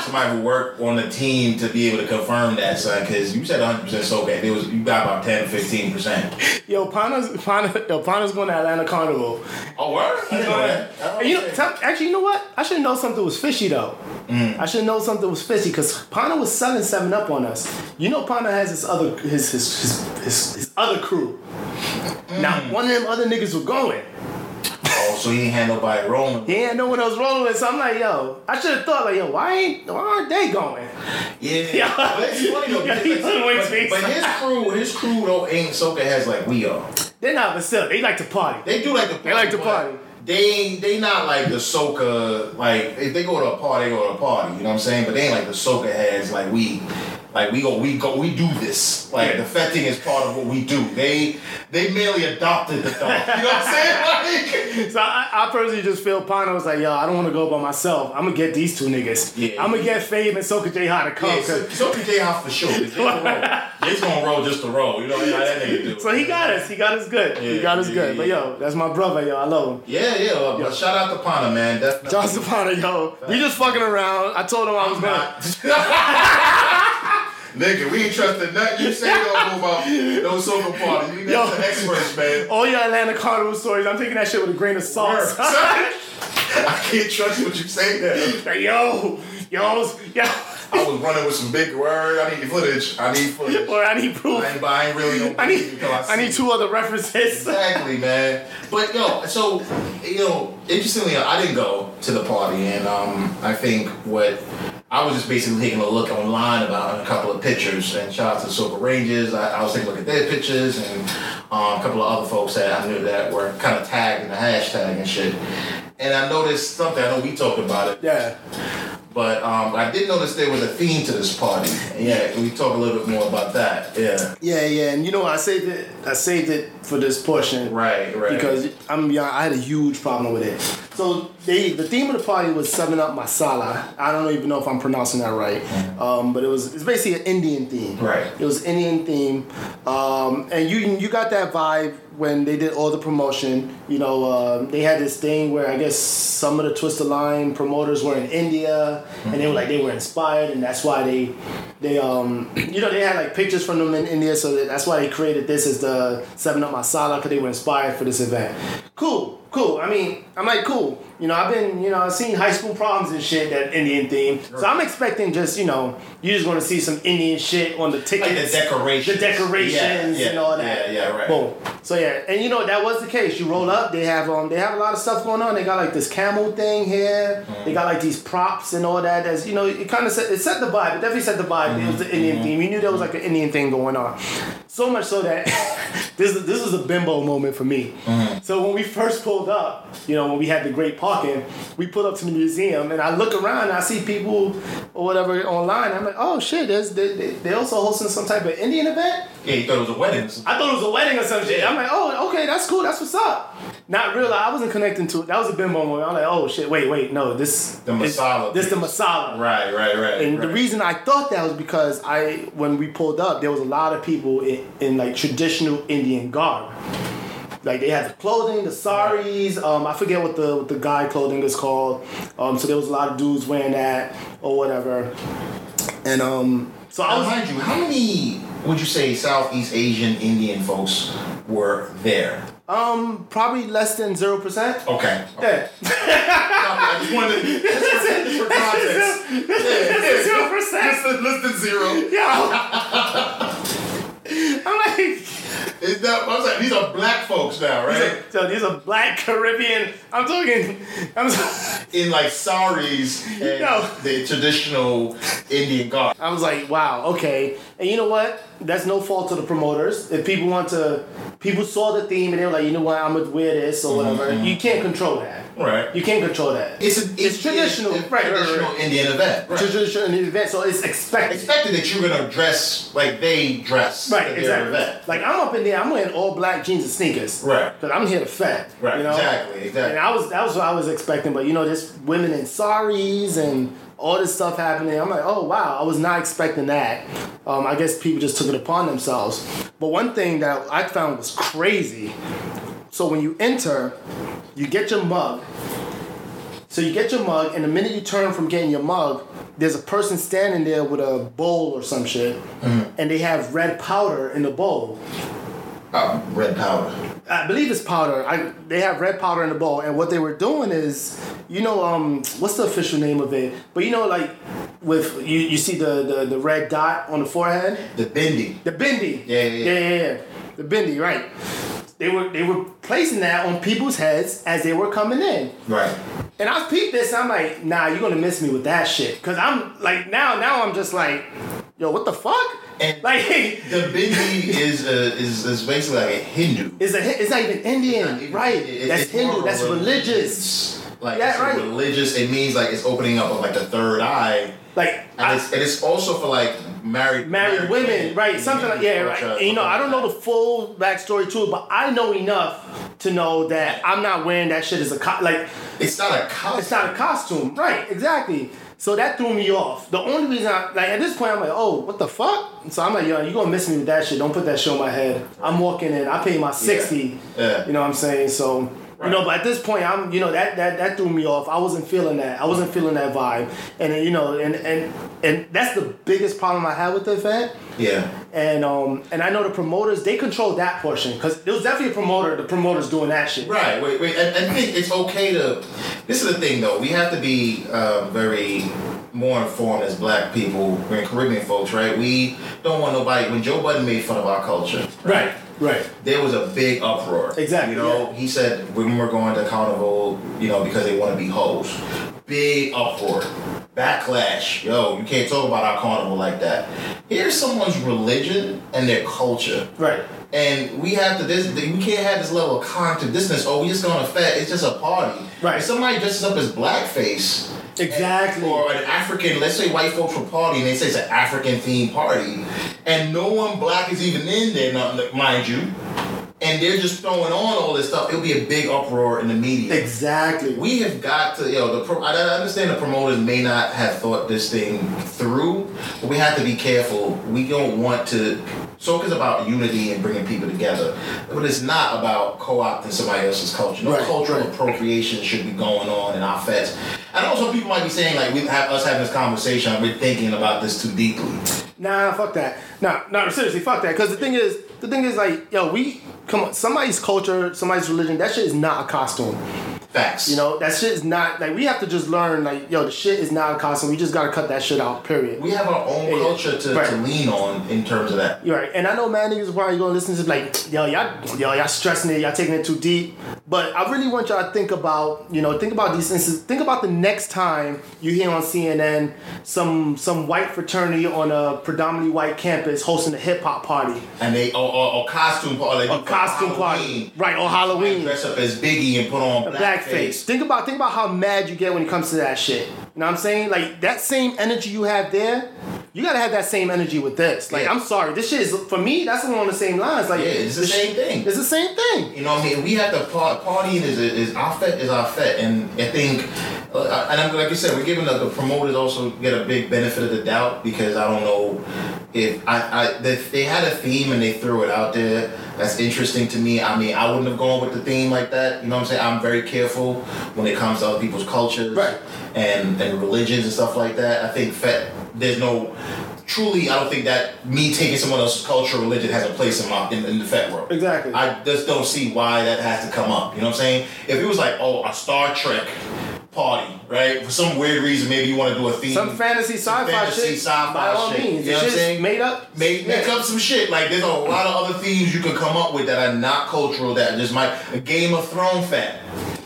somebody who worked on the team to be able to confirm that, son, cause you said hundred percent so bad. It was you got about 10 15 percent.
Yo, Pana's, Pana, yo, Pana's going to Atlanta Carnival.
Oh word? I didn't know that.
And you know, tell, actually, you know what? I should know something was fishy though.
Mm.
I should know something was fishy because Pana was selling Seven Up on us. You know, Pana has his other his his his, his, his other crew.
Mm.
Now, one of them other niggas were going.
oh, so he ain't had nobody rolling.
He ain't know what I was rolling with, so I'm like, yo, I should have thought like, yo, why ain't why aren't they going?
Yeah.
Yeah.
But it's funny though.
Yeah,
because,
he
like,
couldn't wait
but-
to be-
but his crew, his crew though ain't soca has like we are.
They're not Vasilla. They like to party.
They do like the party.
They like to
but
party.
They they not like the soca like if they go to a party, they go to a party. You know what I'm saying? But they ain't like the soca has like we. Like we go, we go, we do this. Like the fetting is part of what we do. They they merely adopted the thought. You know what I'm saying? Like
So I, I personally just feel Pana was like, yo, I don't want to go by myself. I'm gonna get these two niggas.
Yeah.
I'm gonna get Fabe and Soka J Hot to come.
yeah,
'cause-
so, so PJ out for sure. Jay's gonna roll. Jay's gonna roll just to roll. You know how that nigga do.
So he got us. He got us good. he
Yeah,
got us
yeah,
good.
yeah.
But yo, that's my brother, yo. I love him.
Yeah, yeah. uh, But shout out to Pana, man. Definitely.
John Zapata, yo. We just fucking around. I told him I was gonna.
Nigga, we ain't trusting nothing you say no more about no soca party. You
Yo.
got the experts, man.
All your Atlanta Carnival stories, I'm taking that shit with a grain of salt.
Word. Son, I can't trust what you say now.
Like, yo, yo, I was- yo.
I was running with some big word. I need footage. I need footage.
Or I need proof.
I ain't, but I ain't really gonna
I
believe you
need,
till
I
see
need two other references.
Exactly, man. But yo, so you know, interestingly, I didn't go to the party, and um, I think what I was just basically taking a look online about a couple of pictures and shout out to Silver Ranges. I, I was taking a look at their pictures and um, a couple of other folks that I knew that were kind of tagged in the hashtag and shit. And I noticed something. I know we talked about it.
Yeah.
But um, I did notice there was a theme to this party. Yeah, can we talk a little bit more about that? Yeah.
Yeah, yeah, and you know I saved it. I saved it for this portion,
Right, right.
Because I'm young, I had a huge problem with it. So they, the theme of the party was summing up masala. I don't even know if I'm pronouncing that right, um, but it was it's basically an Indian theme.
Right.
It was Indian theme, um, and you you got that vibe when they did all the promotion. You know, uh, they had this thing where I guess some of the Twister Line promoters were in India, and they were like they were inspired, and that's why they they um you know they had like pictures from them in India, so that- that's why they created this as the Seven Up Masala because they were inspired for this event. Cool, cool. I mean, I'm like cool. You know, I've been you know I've seen high school problems and shit that Indian theme, so I'm expecting just you know you just want to see some Indian shit on the tickets,
Like the decorations.
the decorations
Yeah, yeah,
and all that.
yeah, yeah, right.
Boom. So yeah, and you know that was the case. You roll up, they have um, they have a lot of stuff going on. They got like this camel thing here.
Mm-hmm.
They got like these props and all that. As you know, it kind of set, it set the vibe. It definitely set the vibe. It was the Indian
Mm-hmm.
theme. You knew there was like an Indian thing going on. So much so that this this was a bimbo moment for me.
Mm-hmm.
So when we first pulled up, you know, when we had the great parking, we pulled up to the museum, and I look around, and I see people or whatever online. I'm like, oh shit, there's they, they, they also hosting some type of Indian event.
Yeah, you thought it was a wedding. or something.
I thought it was a wedding or some shit. I'm like, oh, okay, that's cool. That's what's up. Not real. I wasn't connecting to it. That was a bimbo moment. I'm like, oh shit, wait, wait, no, this
The
this-
masala
This, the
piece.
masala.
Right, right, right.
And the
right.
reason I thought that was because I, when we pulled up, there was a lot of people in, in like traditional Indian garb. Like they had the clothing, the saris. Um, I forget what the what the guy clothing is called. Um, so there was a lot of dudes wearing that or whatever. And um, so I
Now,
was
mind you, how many would you say Southeast Asian Indian folks were there?
probably less than zero percent.
Okay. okay.
Yeah.
I just wanted to, just for, just for context.
It's a zero percent.
Listen, listen, zero.
Yo. I'm like,
Is that, I was like, these are black folks now, right?
so these are black Caribbean. I'm talking. I'm.
In like saris and
No.
the traditional Indian garb.
I was like, wow, okay. And you know what? That's no fault to the promoters. If people want to, people saw the theme and they were like, you know what? I'm gonna wear this or whatever. You can't control that.
Mm-hmm. Right.
You can't control that.
It's, a,
It's traditional.
it's a
Right, right, right.
traditional Indian event. Right.
tradition in the event, so it's expected.
expected that you're gonna dress like they dress
Right,
at their
exactly.
event.
Like I'm up in there, I'm wearing all black jeans and sneakers.
Right.
Cause I'm here to fat.
Right,
You know?
exactly, exactly.
And I was that was what I was expecting, but you know, this women in saris and all this stuff happening. I'm like, oh wow, I was not expecting that. Um, I guess people just took it upon themselves. But one thing that I found was crazy. So when you enter, you get your mug. So you get your mug, and the minute you turn from getting your mug, there's a person standing there with a bowl or some shit,
Mm-hmm.
and they have red powder in the bowl.
Uh, red powder.
I believe it's powder. I they have red powder in the bowl, and what they were doing is, you know, um, what's the official name of it? But you know, like with you, you see the the, the red dot on the forehead,
The bindi.
the bindi.
Yeah, yeah, yeah.
yeah, yeah, yeah. The bindi, right? They were they were placing that on people's heads as they were coming in.
Right.
And I peeped this, and I'm like, nah, you're gonna miss me with that shit. Cause I'm like, now, now I'm just like, yo, what the fuck?
And-
like,
The bindi is a, is is basically like a Hindu.
it's a, it's not even Indian, right? that's
it's more
Hindu,
of a
that's religious.
religious. Like
Yeah,
it's a
right.
religious. It means like it's opening up of like the third eye.
Like,
And,
I-
it's, and it's also for like married
married women, right? Something like yeah,
culture,
right. And, you know, I don't know the full backstory to it, but I know enough to know that I'm not wearing that shit as a co- like
It's not a costume.
it's not a costume, right? Exactly. So that threw me off. The only reason, I, like at this point, I'm like, oh, what the fuck? So I'm like, yo, you gonna miss me with that shit? Don't put that shit on my head. I'm walking in. I paid my sixty.
Yeah.
You know what I'm saying? So. You know, but at this point, I'm you know that that that threw me off. I wasn't feeling that. I wasn't feeling that vibe, and then, you know, and and and that's the biggest problem I had with the event
Yeah.
and um and I know the promoters they control that portion because there was definitely a promoter the promoters doing that shit
Right. Wait. Wait. I, I think it's okay to. This is the thing, though. We have to be uh, very more informed as Black people and Caribbean folks, right? We don't want nobody. When Joe Budden made fun of our culture,
right right
there was a big uproar.
Exactly,
You know, he said women were going to carnival, you know, because they want to be hoes. Big uproar. backlash. Yo, you can't talk about our carnival like that. Here's someone's religion and their culture.
Right.
And we have to this we can't have this level of contradictness. Oh, we just gonna fat. It's just a party.
Right.
If somebody dresses up as blackface,
Exactly.
or an African. Let's say white folks were partying. They say it's an African themed party, and no one black is even in there, not, mind you. And they're just throwing on all this stuff. It'll be a big uproar in the media.
Exactly.
We have got to, you know, the pro- I I understand the promoters may not have thought this thing through, but we have to be careful. We don't want to. Soak is about unity and bringing people together, but it's not about co-opting somebody else's culture. No
Right,
cultural
right.
appropriation should be going on in our fest. I know some people might be saying like we have us having this conversation. We're thinking about this too deeply.
Nah, fuck that. Nah, nah, seriously, fuck that. Because the thing is, the thing is, like, yo, we come on. Somebody's culture, somebody's religion, that shit is not a costume.
Facts.
You know, that shit is not like we have to just learn. Like, yo, the shit is not a costume. We just gotta cut that shit out. Period.
we have our own
Yeah,
culture to,
right.
to lean on in terms of that.
You're right. And I know man niggas probably gonna listen to this like, yo, y'all, yo, y'all stressing it, y'all taking it too deep. But I really want y'all to think about, you know, think about these instances. Think about the next time you hear on CNN some some white fraternity on a predominantly white campus hosting a hip hop party,
And they or, or, or costume party.
a costume party, right, or Halloween.
Dress up as Biggie and put on
blackface. Think about think about how mad you get when it comes to that shit. You know what I'm saying? Like that same energy you have there, you gotta have that same energy with this. Like
Yeah.
I'm sorry, this shit is for me. That's along the same lines. Like
Yeah, it's the
this-
same thing.
It's the same thing.
You know what I mean? We have to part, partying is, is our fet is our fet, and I think, uh, and I'm, like you said, we're giving the, the promoters also get a big benefit of the doubt because I don't know if I, I they, they had a theme and they threw it out there. That's interesting to me. I mean, I wouldn't have gone with the theme like that. You know what I'm saying? I'm very careful when it comes to other people's cultures
Right.
and and religions and stuff like that. I think fet there's no. Truly, I don't think that me taking someone else's culture, or religion has a place in my in, in the fet world.
Exactly.
I just don't see why that has to come up. You know what I'm saying? If it was like, oh, a Star Trek party, right? For some weird reason, maybe you want to do a theme.
Some fantasy sci-fi
fantasy
shit.
sci-fi
by all
shit.
means,
You know
it's
what I'm
just
saying?
made up.
Make, make up some shit. Like there's a lot of other themes you could come up with that are not cultural. That just might a Game of Thrones fan.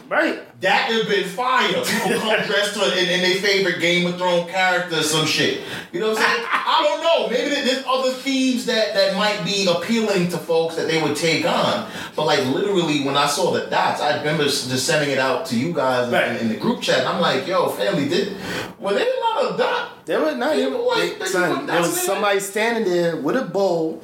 right.
That has been fire. People come dressed to in, in their favorite Game of Thrones character or some shit. You know what I'm saying? I don't know. Maybe there- there's other themes that, that might be appealing to folks that they would take on. But like literally, when I saw the dots, I remember s- just sending it out to you guys in-
Right.
in, the group chat, and I'm like, "Yo, family, did were there a lot of dot?"
There was not
They
even
were like- they
son.
were
There was
dancing.
somebody standing there with a bowl.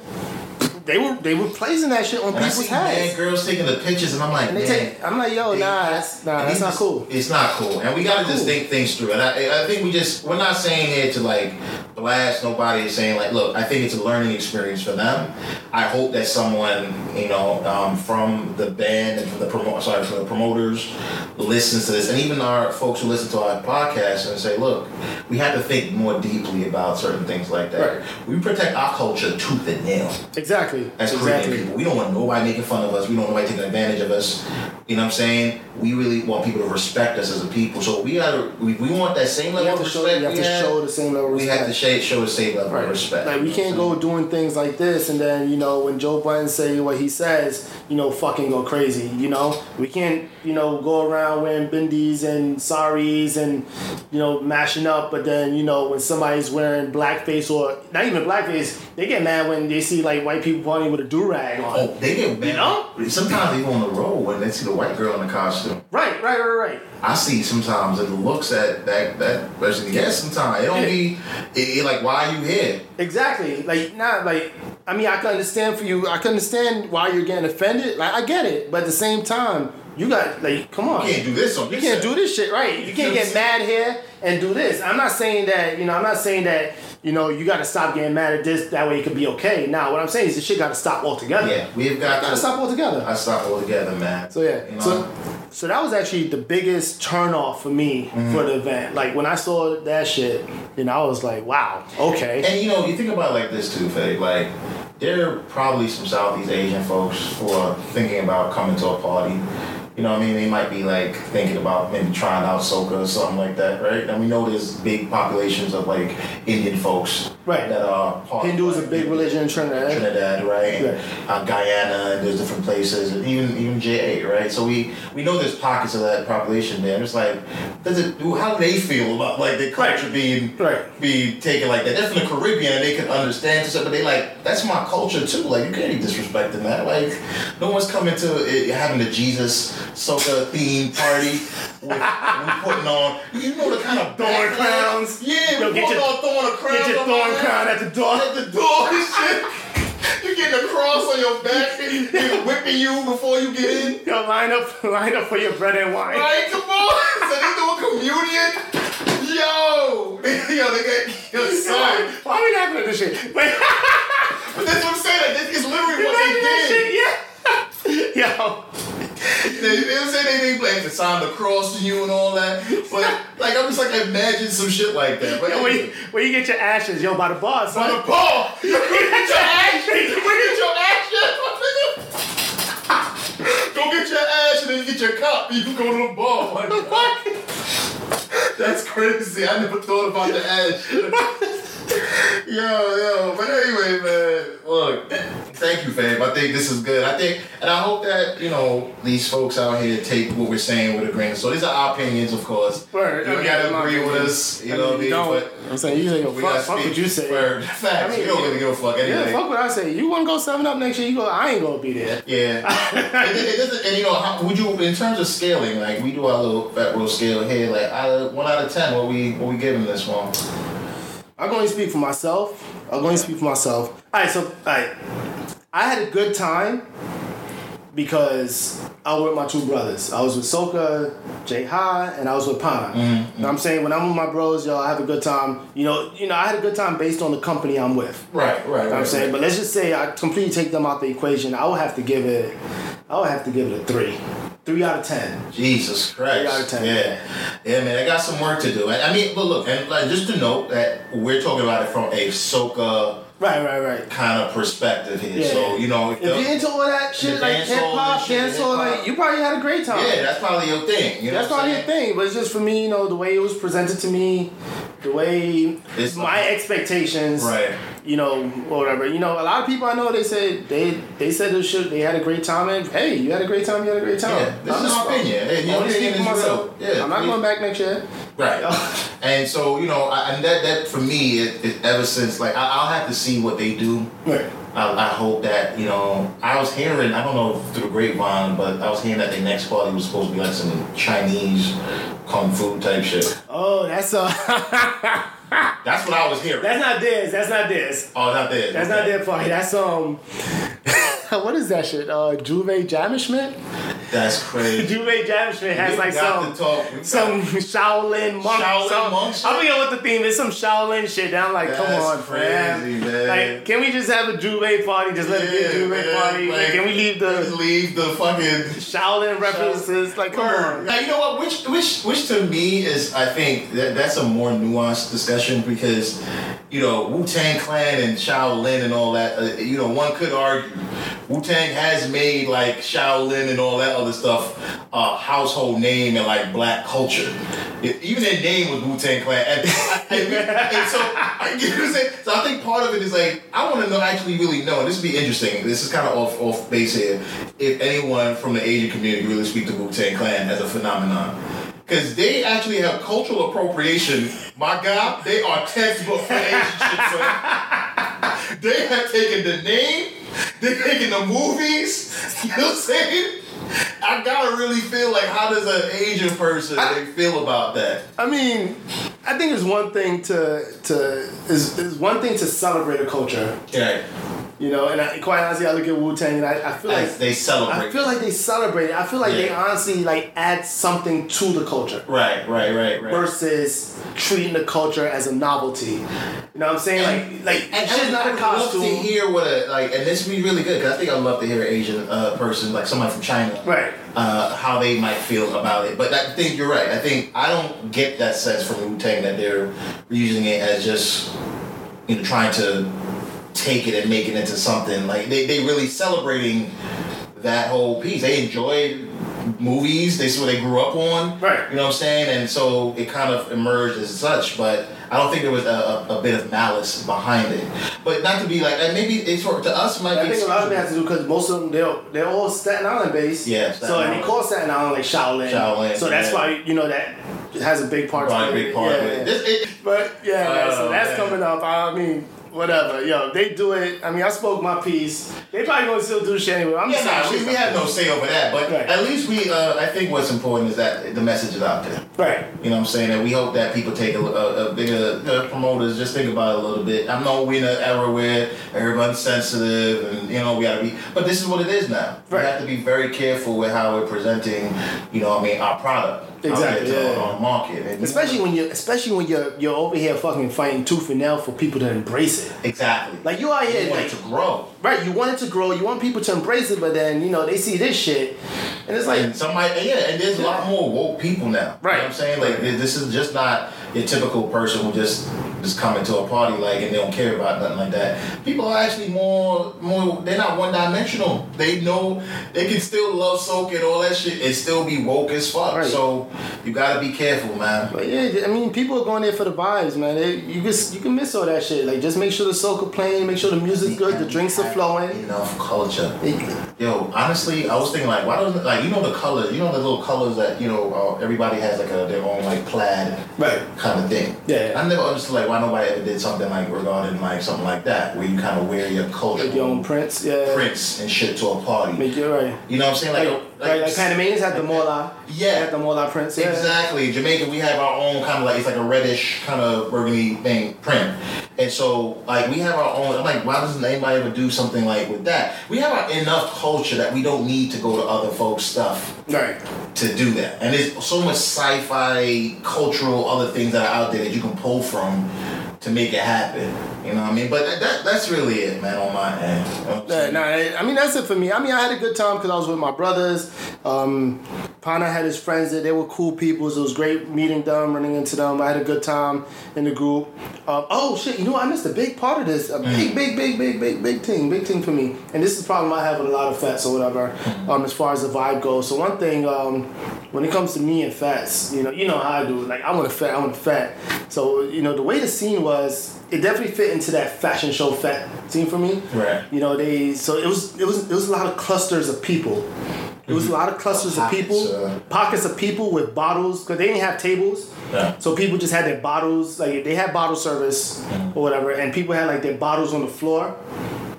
They were they were placing that shit on
And I
people's
see
heads.
mad girls taking the pictures, and I'm like,
And they
"Man,
take. I'm like, yo, nah,
They-
that's nah,
And
that's
these
not
is-
cool.
It's not cool, and we gotta just
cool.
think things through. And I, I think we just we're not saying here to like blast nobody. Is saying like, look, I think it's a learning experience for them. I hope that someone you know um, from the band and from the promo- sorry from the promoters listens to this, and even our folks who listen to our podcast and say, look, we have to think more deeply about certain things like that.
Right.
We protect our culture tooth and nail
Exactly.
as
exactly.
Caribbean people. We don't want nobody making fun of us. We don't want nobody taking advantage of us. You know what I'm saying? We really want people to respect us as a people. So we gotta, we, we want that same
You
level
have
of
to show,
respect.
you have
we
to
had.
show the same level of
We
respect.
have to sh- show the same level of respect.
Like we can't go doing things like this, and then you know when Joe Biden say what he says, you know fucking go crazy. You know we can't you know go around wearing bindis and saris and you know mashing up, but then you know when somebody's wearing blackface or not even blackface, they get mad when they see like white people partying with a do rag on.
Oh, they get mad.
know?
Sometimes they go on the road when they see the white girl in the costume.
Right, right, right, right.
I see sometimes it looks at that that person. Yeah, sometimes it don't be. It, it like why are you here?
Exactly. Like not like I mean I can understand for you. I can understand why you're getting offended. Like I get it, but at the same time, you got like come on.
You can't do this on.
You can't do this shit, right? You can't get mad here and do this. I'm not saying that, you know, I'm not saying that, you know, you gotta stop getting mad at this, that way it could be okay. Now, what I'm saying is this shit gotta stop altogether.
Yeah, we've got
Gotta
to.
stop altogether.
I stop altogether, man.
So yeah,
You know?
so so that was actually the biggest turnoff for me
Mm-hmm.
for the event. Like when I saw that shit, you know, I was like, wow, okay.
And you know, you think about it like this too, Faye. Like, there are probably some Southeast Asian folks who are thinking about coming to a party. You know what I mean? They might be like thinking about maybe trying out soca or something like that, right? And we know there's big populations of like Indian folks
Right.
that are part
Hindu is a
like,
big religion in Trinidad.
Trinidad, right? And,
Right.
Uh, Guyana, and there's different places, and even even J8, right? So we we know there's pockets of that population there. It's like, does it? How do they feel about like their culture
Right.
being
Right.
being taken like that? They're from the Caribbean, and they can understand stuff, but they like that's my culture too. Like you can't be disrespecting that. Like no one's coming to it, having the Jesus soca theme party. with, we putting on, you know the kind of
Thorn
backlash-
crowns.
Yeah,
Yo,
we
get
putting
your-
on thorn crowns.
Get your
on
thorn
my-
crown at the door.
at the door and shit. You getting a cross on your back, they whipping you before you get in.
Yo, line up, line up for your bread and wine.
Right, come on. So they do a communion. Yo, yo, they got yo, son.
Why are we laughing at this shit? But
But that's what I'm saying. This is literally what they
imagine that
did.
shit, yeah. Yo,
They, they were saying they, they like to sign the cross to you and all that. But like, I'm just like imagine some shit like that. But
yo, where, you, where you get your ashes? Yo, by the bar, son.
on the ball, you get your ass.
ashes.
Where did your ash at, my nigga? Go get your ash and then you get your cup. You can go to the ball. Like, what? That's crazy. I never thought about the ash. yo, yo. But anyway, man. Look, thank you, fam. I think this is good. I think, and I hope that you know these folks out here take what we're saying with a grain of salt. These are our opinions, of course.
Word.
You
I mean,
gotta
my
agree with
opinion.
us. You
I mean,
know what I mean?
don't-
But
I'm saying you say yo,
we
fuck,
gotta
fuck
speak
what you say.
for Facts.
I mean,
we don't
yeah.
really give a fuck anyway.
Yeah, fuck what I say. You wanna go seven up next year? You go. I ain't gonna be there.
Yeah, and, it- it doesn't- and you know, how, would you in terms of scaling? Like we do our little fat roll scale here. Like out of, one out of ten, what we what we giving this one?
I'm going to speak for myself. I'm going to speak for myself. All right, so all right, I had a good time because I was with my two brothers. I was with Soka, Jay High, and I was with Pana.
Mm-hmm,
You know what I'm saying when I'm with my bros, y'all, I have a good time. You know, you know, I had a good time based on the company I'm with.
Right, right.
You know what I'm saying, but let's just say I completely take them out the equation. I would have to give it, I would have to give it a three, three out of ten.
Jesus Christ.
Three out of ten.
Yeah. Yeah, man, I got some work to do. I, I mean, but look, and like just to note that we're talking about it from a soca
Right, right, right.
kind of perspective here.
Yeah.
So you know, if,
If
the-
you're into all that shit,
the
like
dancehall
hip hop,
and shit,
dance hall,
hip-hop.
like you probably had a great time.
yeah, that's probably your thing. You know
That's
what
probably
I'm
a
saying?
thing, but it's just for me, you know, the way it was presented to me, the way
It's
my
like-
expectations,
Right.
you know, or whatever. You know, a lot of people I know, they said they they said this shit, they had a great time, and hey, you had a great time, you had a great time.
Yeah, this is my opinion. Hey, your
I'm only
opinion
speaking for
is
myself.
real. Yeah,
I'm not
we-
going back next year.
Right. and so you know, I, and that that for me, it, it, ever since like I, I'll have to see what they do.
Right.
I, I hope that you know I was hearing I don't know through the grapevine, but I was hearing that the next party was supposed to be like some Chinese kung fu type shit.
Oh, that's uh,
That's what I was hearing.
that's not this. That's not this.
oh, not there.
That's not their party. That's um, what is that shit? Uh, Juve Jamishment.
That's crazy.
Juve Jamishment has
We
like
got
some
to talk. We
some Shaolin monk.
Shaolin
some,
monk shit?
I forget what the theme is. Some Shaolin shit. And I'm like, come
That's
on,
crazy,
fam.
man.
Like, can we just have a Juve party? Just let it be a Juve
man,
party. Like,
like,
can we leave
just
the
leave the fucking
Shaolin references? Like, come
Word.
on.
Now you know what, which which which to me is I think that that's a more nuanced discussion because you know Wu Tang Clan and Shaolin and all that. Uh, you know, one could argue Wu Tang has made like Shaolin and all that other stuff a household name in like black culture. It- even their name was Wu Tang Clan, and, and, we- and so I- you know what I'm saying? So I think part of it is like I want to know actually really know. And this would be interesting. This is kind of off off base here. If anyone from the Asian community really speak to Wu Tang Clan as a phenomenon, because they actually have cultural appropriation. My God, they are textbook for Asian shit, son. They have taken the name. They're taking the movies. You know what I'm saying? I gotta really feel like how does an Asian person like, feel about that?
I mean, I think it's one thing to to is is one thing to celebrate a culture,
Yeah,
you know. And I, quite honestly, I look at Wu Tang and I, I feel like.
like, they celebrate.
I feel like they celebrate. it. I feel like they
Yeah.
honestly like add something to the culture.
Right, right, right, right.
versus treating the culture as a novelty. You know what I'm saying? Like, like
and
it's just not a costume.
Love to hear what a like, and this would be really good because I think I'd love to hear an Asian uh, person, like someone from China,
Right.
uh, how they might feel about it. But I think you're right. I think I don't get that sense from Wu Tang that they're using it as just you know trying to take it and make it into something. Like they they really celebrating that whole piece. They enjoyed movies. This is what they grew up on.
Right.
You know what I'm saying? And so it kind of emerged as such. But I don't think there was a, a, a bit of malice behind it. But not to be like, and maybe it's for, to us it might
I
be.
think a lot of it has to do because most of them they're they're all Staten Island based.
Yeah, Staten
so and they
Island.
call Staten Island like Shaolin.
Shaolin,
So that's
yeah.
why you know that has a big part.
Probably
to
a big part of
Yeah.
it. This- it-
But yeah, man, so
Oh,
that's
man.
coming up. I mean, whatever. Yo, they do it. I mean, I spoke my piece. They probably gonna still do shit anyway. I'm
Yeah,
just
nah, we, we have no say over that, but
Right.
at least we, uh, I think what's important is that the message is out there.
right.
You know what I'm saying? And we hope that people take a, a, a bigger, the promoters just think about it a little bit. I know we're in an era where everyone's sensitive and, you know, we gotta be, but this is what it is now.
Right.
We have to be very careful with how we're presenting, you know what I mean, our product.
Exactly,
Out there to
yeah.
our market. And
Especially when you, especially when you're you're over here fucking fighting tooth and nail for people to embrace it.
Exactly.
Like you out
we
here,
want
like
it to grow.
right. You want it to grow. You want people to embrace it, but then you know they see this shit, and it's like
And somebody, yeah, and there's a lot more woke people now. You know what
Right.
I'm saying? Like, th- this is just not your typical person who just is coming to a party, like, and they don't care about nothing like that. People are actually more, more, they're not one dimensional. They know, they can still love soak and all that shit and still be woke as fuck.
Right.
So, you gotta be careful, man.
But yeah, I mean, people are going there for the vibes, man. They, you can you can miss all that shit. Like, just make sure the soca playing, make sure the music's good, the drinks are flowing.
Enough culture.
It-
Yo, honestly, I was thinking like, why doesn't like you know the color, you know the little colors that you know uh, everybody has like a, their own like plaid
Right.
kind of thing.
Yeah.
I never understood like why nobody ever did something like regarding like something like that where you kind of wear your culture
Your own prints, yeah.
prints and shit to a party.
Make it right.
you know what I'm saying? Like,
Like,
like,
like, like Panamanians had the Mola.
Yeah.
They had the Mola prints, yeah.
Exactly. Jamaica, we have our own kind of like it's like a reddish kind of burgundy thing print, and so like we have our own. I'm like, why doesn't anybody ever do something like with that? We have our, enough culture that we don't need to go to other folks' stuff
Right.
to do that. And there's so much sci-fi, cultural, other things that are out there that you can pull from to make it happen. You know what I mean? But that, that that's really it, man. On my end. You know what I'm
Yeah,
saying?
nah, I I mean that's it for me. I mean I had a good time because I was with my brothers. Um, Pana had his friends there. They were cool people. So it was great meeting them, running into them. I had a good time in the group. Um, oh shit! You know what? I missed a big part of this. A big, big, big, big, big, big thing. Big thing for me. And this is a problem I have with a lot of fats or whatever. Um, as far as the vibe goes. So one thing, um, when it comes to me and fats, you know, you know how I do. Like I want a fat, I want a fat. So you know the way the scene was, it definitely fit into that fashion show fat scene for me.
Right.
You know, they so it was it was it was a lot of clusters of people. It was a lot of clusters of
Pockets,
people,
uh,
pockets of people with bottles because they didn't have tables.
Yeah.
So people just had their bottles, like they had bottle service or whatever, and people had like their bottles on the floor.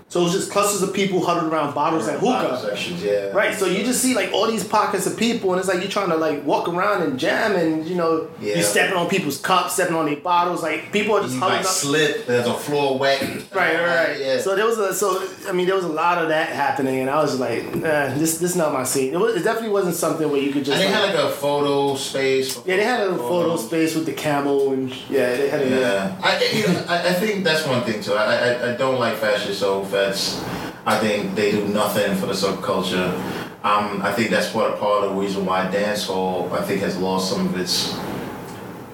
So it was just clusters of people huddled around bottles and hookah.
Bottom sections, yeah.
Right, so you just see like all these pockets of people, and it's like you're trying to like walk around and jam, and you know
Yeah.
you're stepping on people's cups, stepping on their bottles. Like people are just
You
huddled
might
up.
slip. There's a floor wet.
Right, right, right.
Uh, Yeah.
So there was a so I mean there was a lot of that happening, and I was like, nah, this this not my scene. It, was, it definitely wasn't something where you could just.
And they
like-
had like Oh, a photo space. for
yeah, they had a
photos.
photo space with the camel, and yeah, they had a.
Yeah, I I- you know, I, I think that's one thing too. I, I I don't like fashion so fats. I think they do nothing for the subculture. Um, I think that's part part of the reason why dancehall I think has lost some of its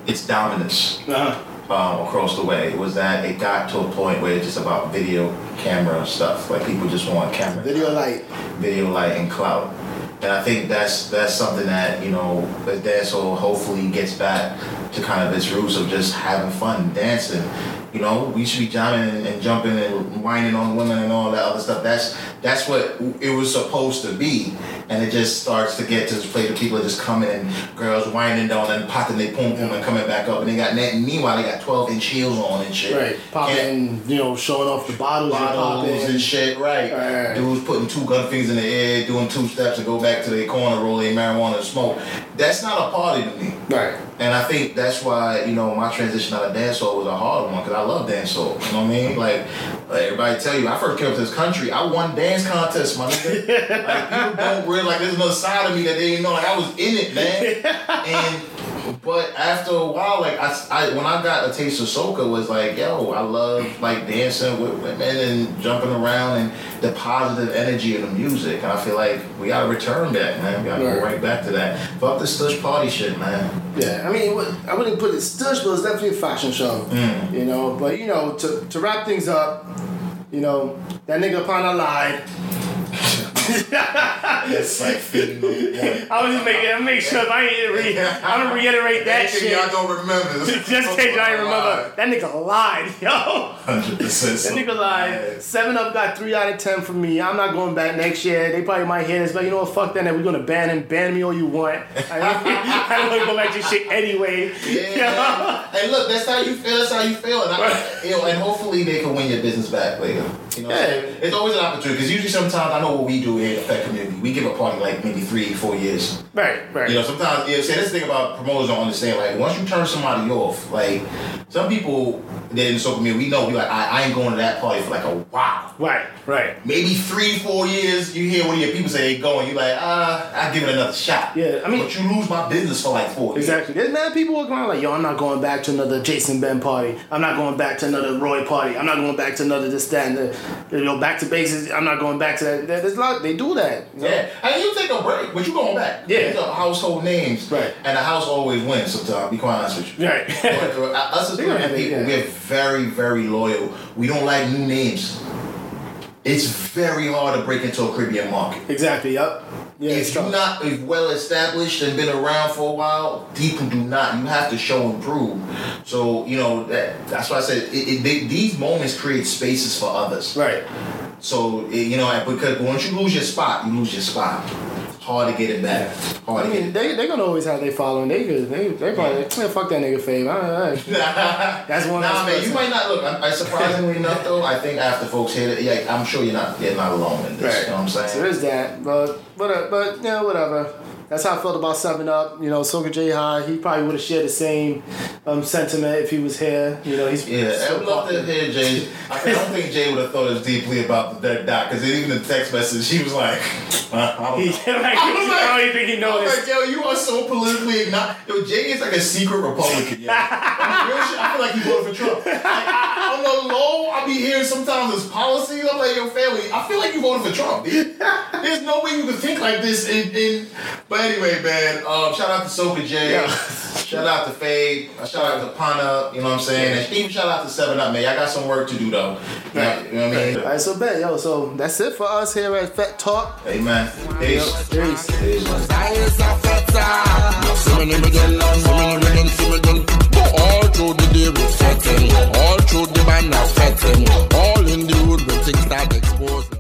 its dominance
Uh-huh.
um, across the way. Was that it got to a point where it's just about video camera stuff. Like people just want camera
Video light.
video light and clout. And I think that's that's something that you know that dancehall hopefully gets back to kind of its roots of just having fun dancing. You know, we should be jamming and, and jumping and whining on women and all that other stuff. That's that's what it was supposed to be, and it just starts to get to this place where people are just coming and girls whining down and popping their pum pum and coming back up, and they got net. Meanwhile, they got twelve inch heels on and shit.
Right,
Can't-
popping, you know, showing off the bottles, you pop
bottles and
in.
shit, right.
Right.
Dudes putting two gun fingers in the air, doing two steps and go back to their corner, roll their marijuana and smoke. That's not a party to me.
Right.
And I think that's why, you know, my transition out of dancehall was a hard one because I love dancehall. You know what I mean? Like, like everybody tell you, I first came up to this country, I won dance contests, my nigga. like, people don't realize, like, there's another side of me that they didn't know. Like, I was in it, man. and, but after a while, like, I, I, when I got a taste of soca, was like, yo, I love, like, dancing with women and jumping around and the positive energy of the music. And I feel like we gotta return that, man. We gotta go
Right.
right back to that. Fuck this stush party shit, man.
Yeah, I mean, it wa- I wouldn't put it stush, but it's definitely a fashion show.
Mm.
You know, but you know, to, to wrap things up, you know, that nigga Pana lied.
That's like fitting the
I was just making I make sure if I ain't re- I'm gonna reiterate that shit.
Y'all don't remember.
Just in case y'all ain't remember, that nigga lied, yo.
Hundred percent.
That nigga lied. Seven Up got three out of ten from me. I'm not going back next year. They probably might hear this, but you know what? Fuck that. We're gonna ban him. Ban me all you want. I, I don't wanna go back to your shit anyway.
Yeah. hey, look, that's how you feel. That's how you feel, and I, you know, and hopefully they can win your business back later. You know, what I'm
Yeah.
saying? it's always an opportunity because usually sometimes I know what we do here at Effect Community. We give a party like maybe three, four years.
Right, right.
You know, sometimes you know, say this thing about promoters don't understand. Like, once you turn somebody off, like some people that in the social media, we know we like I, I ain't going to that party for like a while.
Right, right.
Maybe three, four years, you hear one of your people say they going, you like, ah, I give it another shot.
Yeah, I mean-
but you lose my business for like four. years.
Exactly. There's mad people walking around like, yo, I'm not going back to another Jason Ben party. I'm not going back to another Roy party. I'm not going back to another this, that, and the, you know, back to bases. I'm not going back to that. There- There's a lot, they do that. you know?
Yeah, and you take a break, but you going back.
Yeah.
These are household names.
Right.
And the house always wins sometimes, be quite honest with you.
Right.
But, uh, Us as
They gonna
Caribbean
have it,
people,
yeah.
we're very, very loyal. We don't like new names. It's very hard to break into a Caribbean market.
exactly, yep. Yeah, it's
if you're
tough.
not if well established and been around for a while, people do not. You have to show and prove. So you know that that's why I said it, it, they, these moments create spaces for others.
Right.
So eh, you know, eh, because once you lose your spot, you lose your spot. Hard to get it back. Hard
I
to get
mean,
it.
they they gonna always have their following. They could, they they probably like, "Man, fuck that nigga Fave. I, I, that's one.
Nah,
less
man, you
person.
might not look. I, I surprisingly enough, though, I think after folks hit it, yeah, I'm sure you're not you're not alone in this. You know what I'm saying?
So there's that, but but uh, but yeah, whatever. That's how I felt about Seven Up. You know, Soka J High. He probably would have shared the same um, sentiment if he was here. You know, he's
Yeah,
so
I would love to
popular.
hear Jay. I don't think Jay would have thought as deeply about the dead doc because even the text message, she was like, I don't
He,
know.
like, I don't even think he
I was
noticed.
like, yo, you are so politically ignorant. Yo, Jay is like a secret Republican. Yo. Like, real shit, I feel like he voted for Trump. Like, I, on the low, I be hearing sometimes his policies. I'm like, yo, family, I feel like you voted for Trump. dude. There's no way you could think like this. In, in but anyway, man, um, shout out to Soka Jay.
Yeah.
Shout out to Fade. Shout out to Pana. You know what I'm saying? And even shout out to Seven Up, man. Y'all got some work to do though. You know, you know what I mean?
All right, so bet yo. So that's it for us here at Fet Talk.
Amen. Peace.
Peace.
Peace.
Eyes are fatal. See me name again, see me name again, see me again. Go all through the day with fetting, all through the band are fetting, all in the hood when things start exposing.